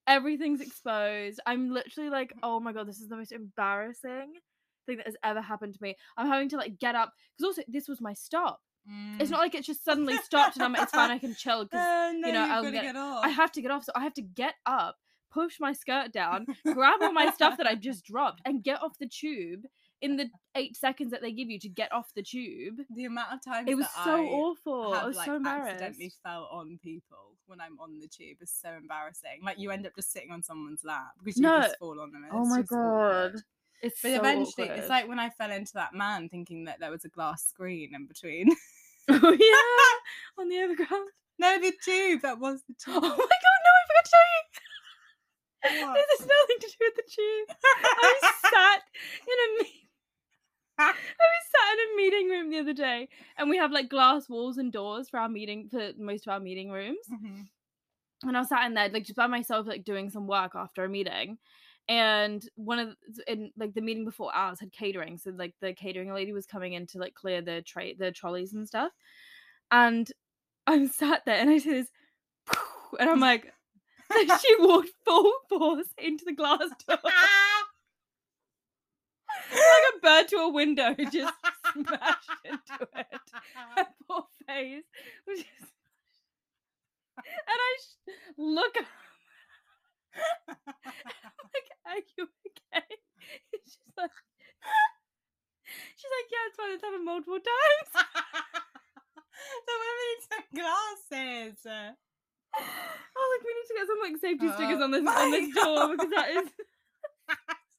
Everything's exposed. I'm literally like, Mm. oh my god, this is the most embarrassing thing that has ever happened to me. I'm having to like get up because also this was my stop. It's Mm. not like it's just suddenly stopped and I'm like, it's fine, I can chill because Uh, no, know, you've I'll gotta get- get off. I have to get off. So I have to get up, push my skirt down, grab all my stuff that I've just dropped, and get off the tube in the eight seconds that they give you to get off the tube. the amount of times It was that so I awful. have I was like so accidentally embarrassed. fell on people when I'm on the tube is so embarrassing. Like you end up just sitting on someone's lap because you Mm. No. just fall on them. and Oh it's my just awkward. God. It's But so eventually, awkward. it's like when I fell into that man thinking that there was a glass screen in between. oh yeah, on the overground. no, the tube. That was the Oh my god, no, I tube. forgot to tell you. What? This has nothing to do with the tube. I was sat in a meeting. I was sat in a meeting room the other day, and we have like glass walls and doors for our meeting for most of our meeting rooms. Mhm. And I was sat in there like just by myself, like doing some work after a meeting. And one of the, in like the meeting before ours had catering, so like the catering lady was coming in to like clear the tray, the trolleys and stuff. And I'm sat there, and I see this, and I'm like, like, she walked full force into the glass door like a bird to a window, just smashed into it. Her poor face was just. And I sh- look at her, like, are you okay? And She's like, she's like, yeah, it's fine. It's happened multiple times. the women in some glasses. Oh, like we need to get some like safety stickers Oh on this my on this door because that is.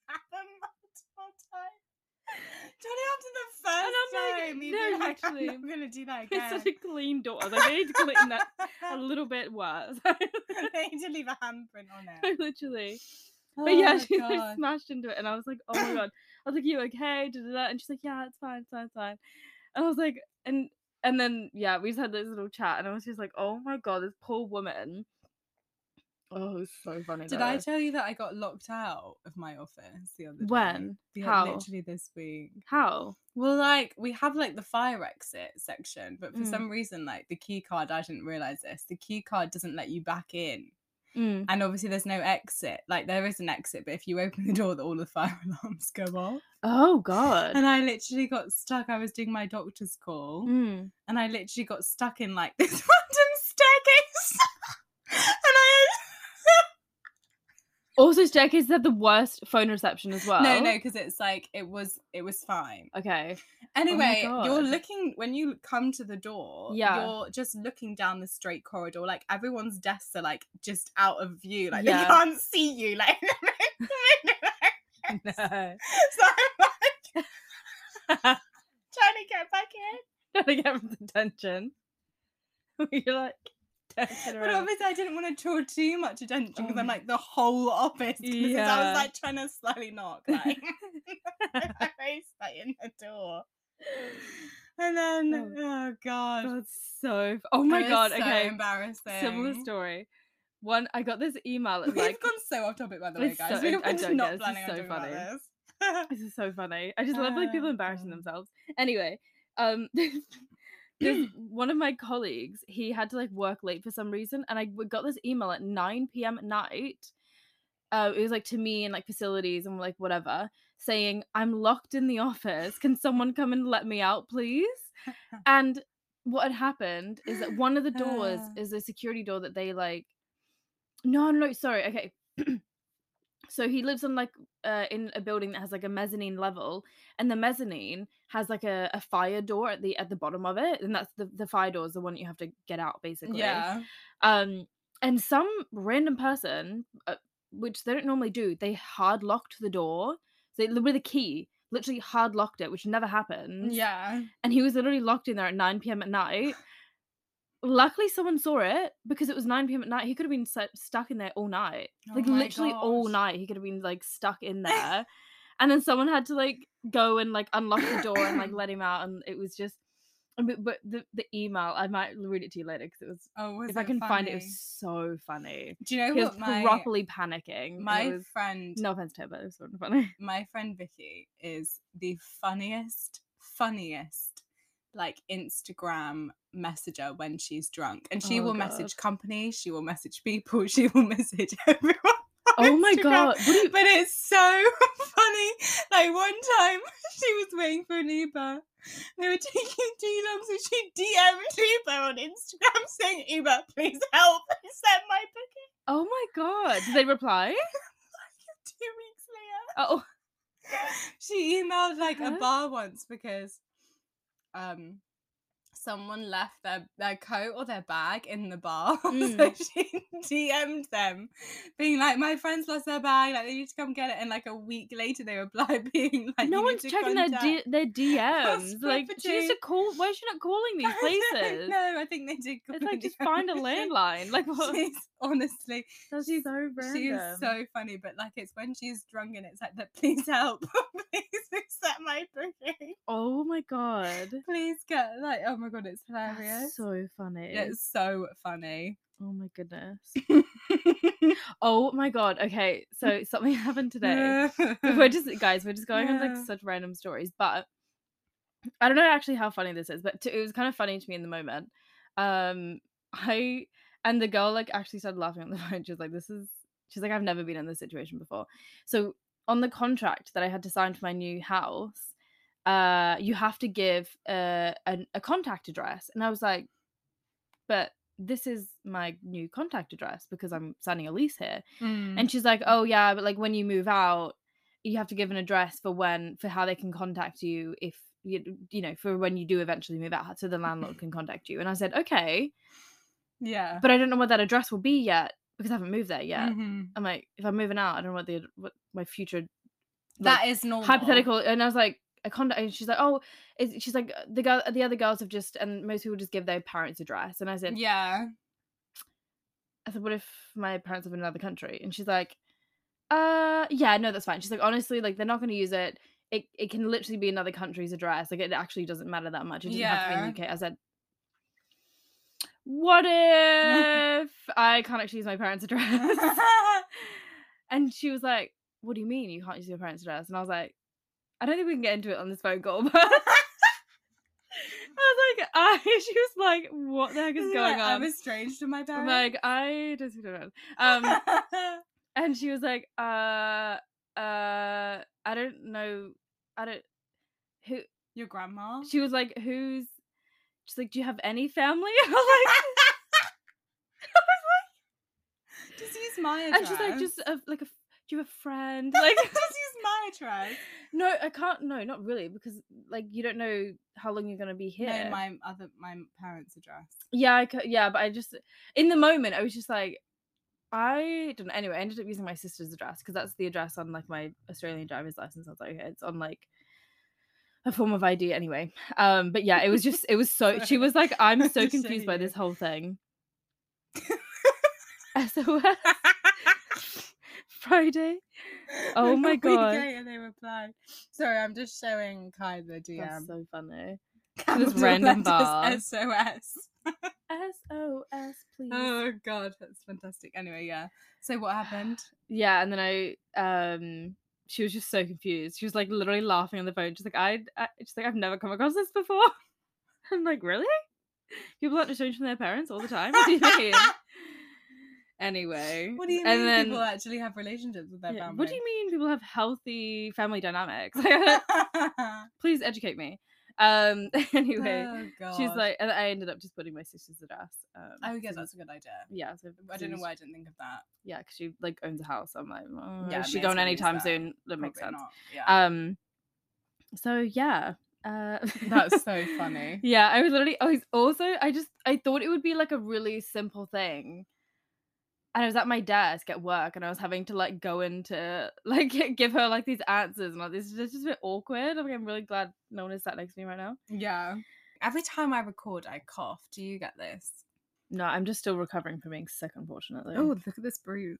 Johnny, after the first And I'm like, time, you no, no, like, actually, I'm not gonna do that It's again. such a clean door. I was like, I need to clean that a little bit worse. they need to leave a handprint on it. Literally. Oh But yeah, my she like God. smashed into it, and I was like, "Oh my god!" I was like, "You okay?" Da, da, da. And she's like, "Yeah, it's fine, it's fine, it's fine." And I was like, and and then yeah, we just had this little chat, and I was just like, "Oh my god, this poor woman Oh, it was so funny. Did though. I tell you that I got locked out of my office the other day? When? Yeah, How? Literally this week. How? Well, like we have like the fire exit section, but for Mm. some reason, like the key card, I didn't realize this. The key card doesn't let you back in, Mm. and obviously there's no exit. Like there is an exit, but if you open the door, the- all the fire alarms go off. Oh God. And I literally got stuck. I was doing my doctor's call, Mm. and I literally got stuck in like this random staircase. and I Also, staircases have the worst phone reception as well. no, no, because it's like it was it was fine. Okay. Anyway, you're Oh God. looking when you come to the door. Yeah. you're just looking down the straight corridor. Like everyone's desks are like just out of view. Like they Yeah. can't see you. Like in the middle. No. so I'm like trying to get back in. Gotta get rid of the tension. You're like tension But around. obviously, I didn't want to draw too much attention because Oh I'm my- like the whole office. 'cause I Yeah. was like trying to slightly knock. Like I raced like in the door. And then, oh, god, That's so. f- Oh my It was god. so okay. embarrassing. Similar story. One, I got this email. It's We've like gone so off topic, by the way, It's guys. so- we I- were I don't not get it, planning this is on so doing about this. This is so funny. I just love like people Oh, embarrassing God. themselves. Anyway, um, this one of my colleagues he had to like work late for some reason, and I w- got this email at nine p.m. at night. Uh, it was like to me and like facilities and like whatever, saying I'm locked in the office. Can someone come and let me out, please? And what had happened is that one of the doors Ah. is a security door that they like. No, no, no, sorry. Okay. so he lives on like uh, in a building that has like a mezzanine level, and the mezzanine has like a, a fire door at the at the bottom of it, and that's the the fire door is the one you have to get out basically. yeah, Um, and some random person, uh, which they don't normally do, they hard locked the door. So they, with a key, literally hard locked it, which never happens yeah. and he was literally locked in there at 9 p.m. at night. Luckily, someone saw it because it was 9 p.m. at night. He could have been stu- stuck in there all night, Oh like my literally all gosh. night. He could have been like stuck in there, and then someone had to like go and like unlock the door and like let him out, and it was just. and But, but the the email, I might read it to you later because it was. Oh, was if I it can find it, it funny? was so funny. Do you know He was what my properly panicking. and it my was- friend no offense to her, but it was sort of funny. my friend Vicky is the funniest, funniest like Instagram messenger when she's drunk. And she Oh, will God. message companies, she will message people, she will message everyone. on Oh my Instagram. god! What do you? But it's so funny. Like one time she was waiting for an Uber. They were taking too long, so she DM'd Uber on Instagram saying, Uber, please help. Send my booking Oh my god! Did they reply? two weeks later. Oh. she emailed like a Huh? bar once because um someone left their, their coat or their bag in the bar. so Mm. she DM'd them being like, My friends lost their bag, like they need to come get it. And like a week later they replied being like no "You one's need to checking their, contact-" D- their DMs. Like, she needs to property. call. Why is she not calling these places? no, I think they did It's call like just the find a office. landline. Like, what? She's honestly, That's she's- so random. she is so funny, but like it's when she's drunk and it's like that. Please help, please accept my booking. oh my god, please get like oh my god it's that's hilarious so funny. it's so funny Oh my goodness. Oh my god. Okay, so something happened today. we're just guys. We're just going on Yeah. like such random stories, but I don't know actually how funny this is, but to, it was kind of funny to me in the moment. Um, I and the girl like actually started laughing on the phone. She was like, "This is," she's like, "I've never been in this situation before." So on the contract that I had to sign for my new house, uh, you have to give uh, an, a contact address, and I was like, "But this is my new contact address because I'm signing a lease here." Mm. And she's like, "Oh yeah, but like when you move out, you have to give an address for when for how they can contact you if you you know for when you do eventually move out, so the landlord can contact you." And I said, "Okay, yeah but I don't know what that address will be yet because I haven't moved there yet." Mhm. I'm like, "If I'm moving out, I don't know what the ad- what my future that is normal hypothetical." And I was like. I contact and she's like, oh, is, she's like the girl, the other girls have just, and most people just give their parents' address. And I said, yeah I said, what if my parents live in another country? And she's like, uh, yeah, no, that's fine. She's like, honestly, like they're not going to use it. It it can literally be another country's address. Like it actually doesn't matter that much. It doesn't have to be in the UK. I said, what if I can't actually use my parents' address? and she was like, What do you mean you can't use your parents' address? And I was like, I don't think we can get into it on this phone call, but I was like, I she was like, what the heck is Isn't it going like, on? I'm estranged from my I'm parents. like, I just don't know. Um and she was like, uh uh I don't know I don't who Your grandma. she was like, who's she's like, Do you have any family? I was like just use my address. and she's like, just a, like a, f- do you have a friend? Like, just use my address. no, I can't. No, not really, because like you don't know how long you're gonna be here. No, my other my parents' address. yeah, I cou- yeah, but I just in the moment I was just like, I don't. know. Anyway, I ended up using my sister's address because that's the address on like my Australian driver's license. I was like, okay, it's on like a form of ID anyway. Um, but yeah, it was just it was so. She was like, I'm so Sorry. confused by this whole thing. SOS Friday. Oh Like a my week God. later they replied. Sorry, I'm just showing Kai the That's DM. so funny. Capital random letters, bar. SOS. SOS, please. Oh god, that's fantastic. Anyway, yeah. So what happened? yeah, and then I um she was just so confused. She was like literally laughing on the phone. She's like, I, I she's like, I've never come across this before. I'm like, really? People aren't estranged from their parents all the time? What do you mean? anyway. What do you and mean then- people actually have relationships with their yeah, family? what do you mean people have healthy family dynamics? mean? Please educate me. Um anyway. oh, god. she's like and I ended up just putting my sister's address. Um Oh so yeah, just- that's a good idea. yeah, so I don't know why. why I didn't think of that. yeah, because she like owns a house. I'm like, oh, yeah, Yeah, I she mean, it's going gonna use anytime that. soon. That makes Probably sense. not, Yeah. Um, so yeah, uh, That's so funny. Yeah, I was literally. I was also. I just. I thought it would be like a really simple thing. And I was at my desk at work, and I was having to like go into like give her like these answers, and like, this is just a bit awkward. Like, I'm really glad no one is sat next to me right now. yeah. Every time I record, I cough. Do you get this? No, I'm just still recovering from being sick, unfortunately. Oh, look at this bruise.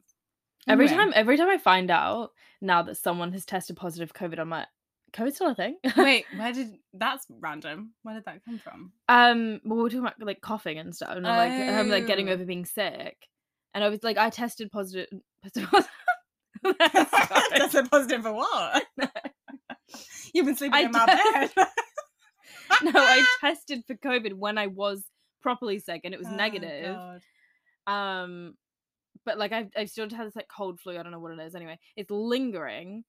Every Anyway. time, every time I find out now that someone has tested positive COVID, I'm like, COVID's still a thing. Wait, where did that's random? Where did that come from? um, well, we're talking about like coughing and stuff, and I'm like, I'm like getting Oh. over being sick, and I was like, I tested positive. Sorry. a positive for what? You've been sleeping I in my don't- bed. no, I tested for COVID when I was properly sick, and it was Oh, negative. God. Um, but like I've I've still had this like cold flu. I don't know what it is. Anyway, it's lingering.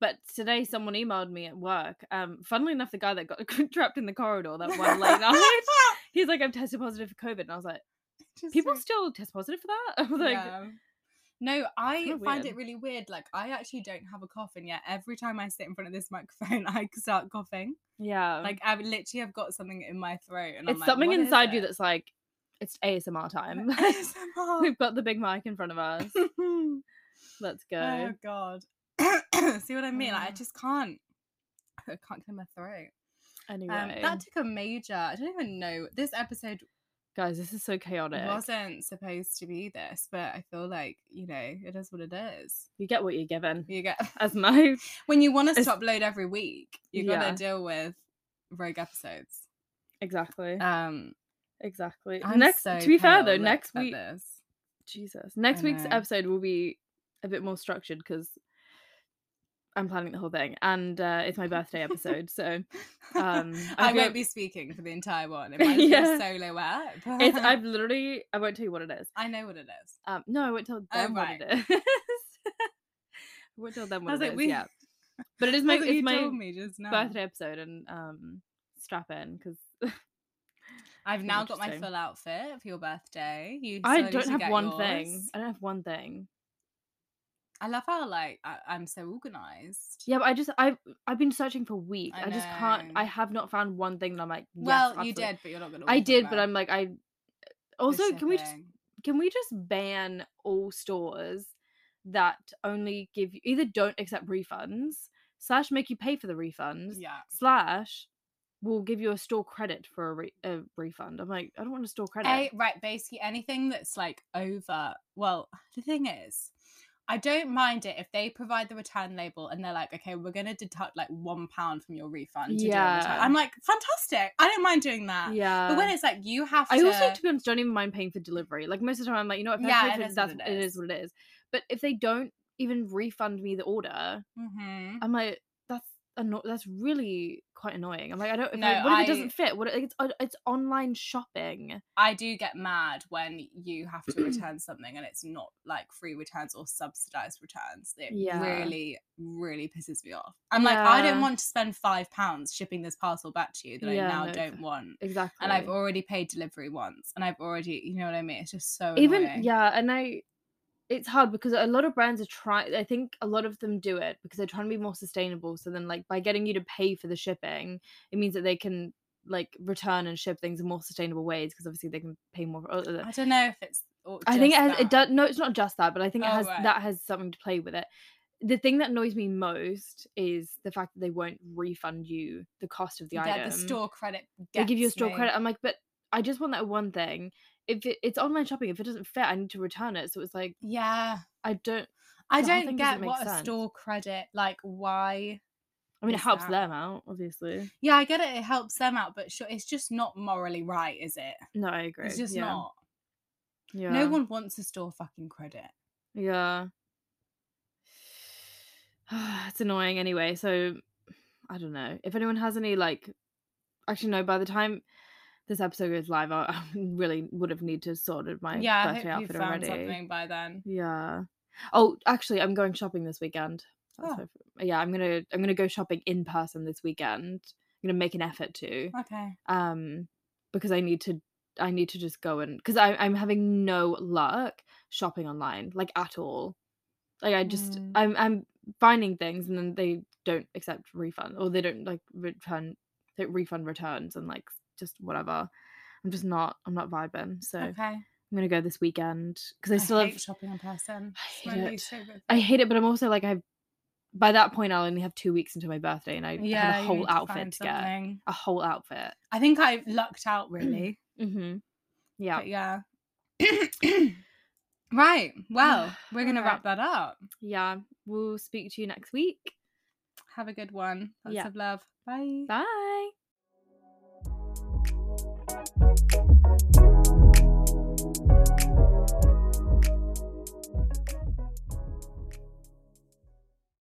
But today someone emailed me at work. Um, funnily enough, the guy that got trapped in the corridor that one late night, he's like, "I've tested positive for COVID," and I was like, Just "People so- still test positive for that?" I was like, Yeah. No, I kinda find weird. it really weird. Like, I actually don't have a cough, and yet every time I sit in front of this microphone, I start coughing. "Yeah, Like, I literally have got something in my throat, and I'm Um, it's like, something "What is inside you it?" that's like, it's ASMR time. ASMR. We've got the big mic in front of us. Let's go." oh God. See what I mean? Like, I Ah. just can't. I can't clear my throat. anyway, Um, that took a major. I don't even know. This episode guys, this is so chaotic. wasn't supposed to be this, but I feel like you know it is what it is. You get what you're given. You get As my when you want us It's- to upload every week, you gotta Yeah. deal with rogue episodes. exactly, Um, exactly. I'm next, so to be fair pale though, look next at week this. Jesus. Next week's know. episode will be a bit more structured because I'm planning the whole thing, and uh, it's my birthday episode, so um, I I've won't got- be speaking for the entire one. It might be Yeah. a solo app. it's I've literally I won't tell you what it is. I know what it is. Um, no, I won't tell them Oh, what it is. I won't tell them I what was it like, is. we- Yeah, but it is my That's what you it's told my me just now. birthday episode, and um, strap in because I've be now got my interesting. full outfit for your birthday. You I still need don't to have get one thing. yours. I don't have one thing. I love how like I- I'm so organized. Yeah, but I just I've I've been searching for weeks. I I, just can't. know. I have not found one thing that I'm like. Yes, well, you absolutely. did, but you're not gonna. I walk did, but around I'm like I. Also, can we just shipping. can we just ban all stores that only give you either don't accept refunds slash make you pay for the refunds Yeah. slash will give you a store credit for a, re- a refund. I'm like I don't want a store credit. A, right, basically anything that's like over. Well, the thing is, I don't mind it if they provide the return label and they're like, okay, we're gonna deduct like one pound from your refund. To yeah, Yeah. do a return. I'm like, fantastic. I don't mind doing that. Yeah. But when it's like you have to, I also, to be honest, don't even mind paying for delivery. Like most of the time, I'm like, you know, what, if Yeah, I it pay for is it, what that's it it is. is what it is. But if they don't even refund me the order, Mhm. I'm like, that's anno- that's really quite annoying. I'm like, I don't. If No, I, what if I- it doesn't fit? What like, it's on- it's online shopping. I do get mad when you have to return something and it's not like free returns or subsidized returns. It Yeah. really, really pisses me off. I'm like, I don't Yeah. want to spend five pounds shipping this parcel back to you that I Yeah, now no, don't exactly. want. Exactly. And I've already paid delivery once, and I've already, you know what I mean. It's just so even annoying. yeah, and I. It's hard because a lot of brands are trying. I think a lot of them do it because they're trying to be more sustainable. So then, like by getting you to pay for the shipping, it means that they can like return and ship things in more sustainable ways because obviously they can pay more. For, uh, I don't know if it's. all I think it just has, it that. does. No, it's not just that, but I think Oh, it has right. that has something to play with it. The thing that annoys me most is the fact that they won't refund you the cost of the Yeah, item. the store credit. they give you a gets store me. credit. I'm like, but I just want that one thing. If it, it's online shopping, if it doesn't fit, I need to return it. So it's like Yeah, I don't. I The whole don't thing doesn't get make what a sense. store credit like. Why? I mean, it Is helps that- them out, obviously. Yeah, I get it. It helps them out, but sure, it's just not morally right, is it? No, I agree. It's just yeah. not. Yeah. No one wants to store fucking credit. Yeah. it's annoying anyway. So I don't know. If anyone has any like actually no, by the time this episode goes live, I, I really would have need to sorted my yeah, I birthday hope you outfit found already. something by then. Yeah. Oh, actually I'm going shopping this weekend. That's Oh. what- yeah, I'm gonna I'm gonna go shopping in person this weekend. I'm gonna make an effort to Okay. um because i need to i need to just go and because i'm having no luck shopping online like at all like i just Mm. i'm i'm finding things and then they don't accept refund or they don't like return they refund returns and like just whatever i'm just not i'm not vibing so i'm okay. gonna go this weekend because i I still hate have shopping in person. I It's hate my it. least favourite i thing. hate it but i'm also like i've by that point i'll only have two weeks until my birthday and i Yeah, had a you whole need to outfit find to, get something. a whole outfit I think I lucked out really. mm-hmm yeah But yeah. right. Well, we're gonna Okay. wrap that up. yeah, we'll speak to you next week. Have a good one. Lots Yeah. of love. Bye. Bye.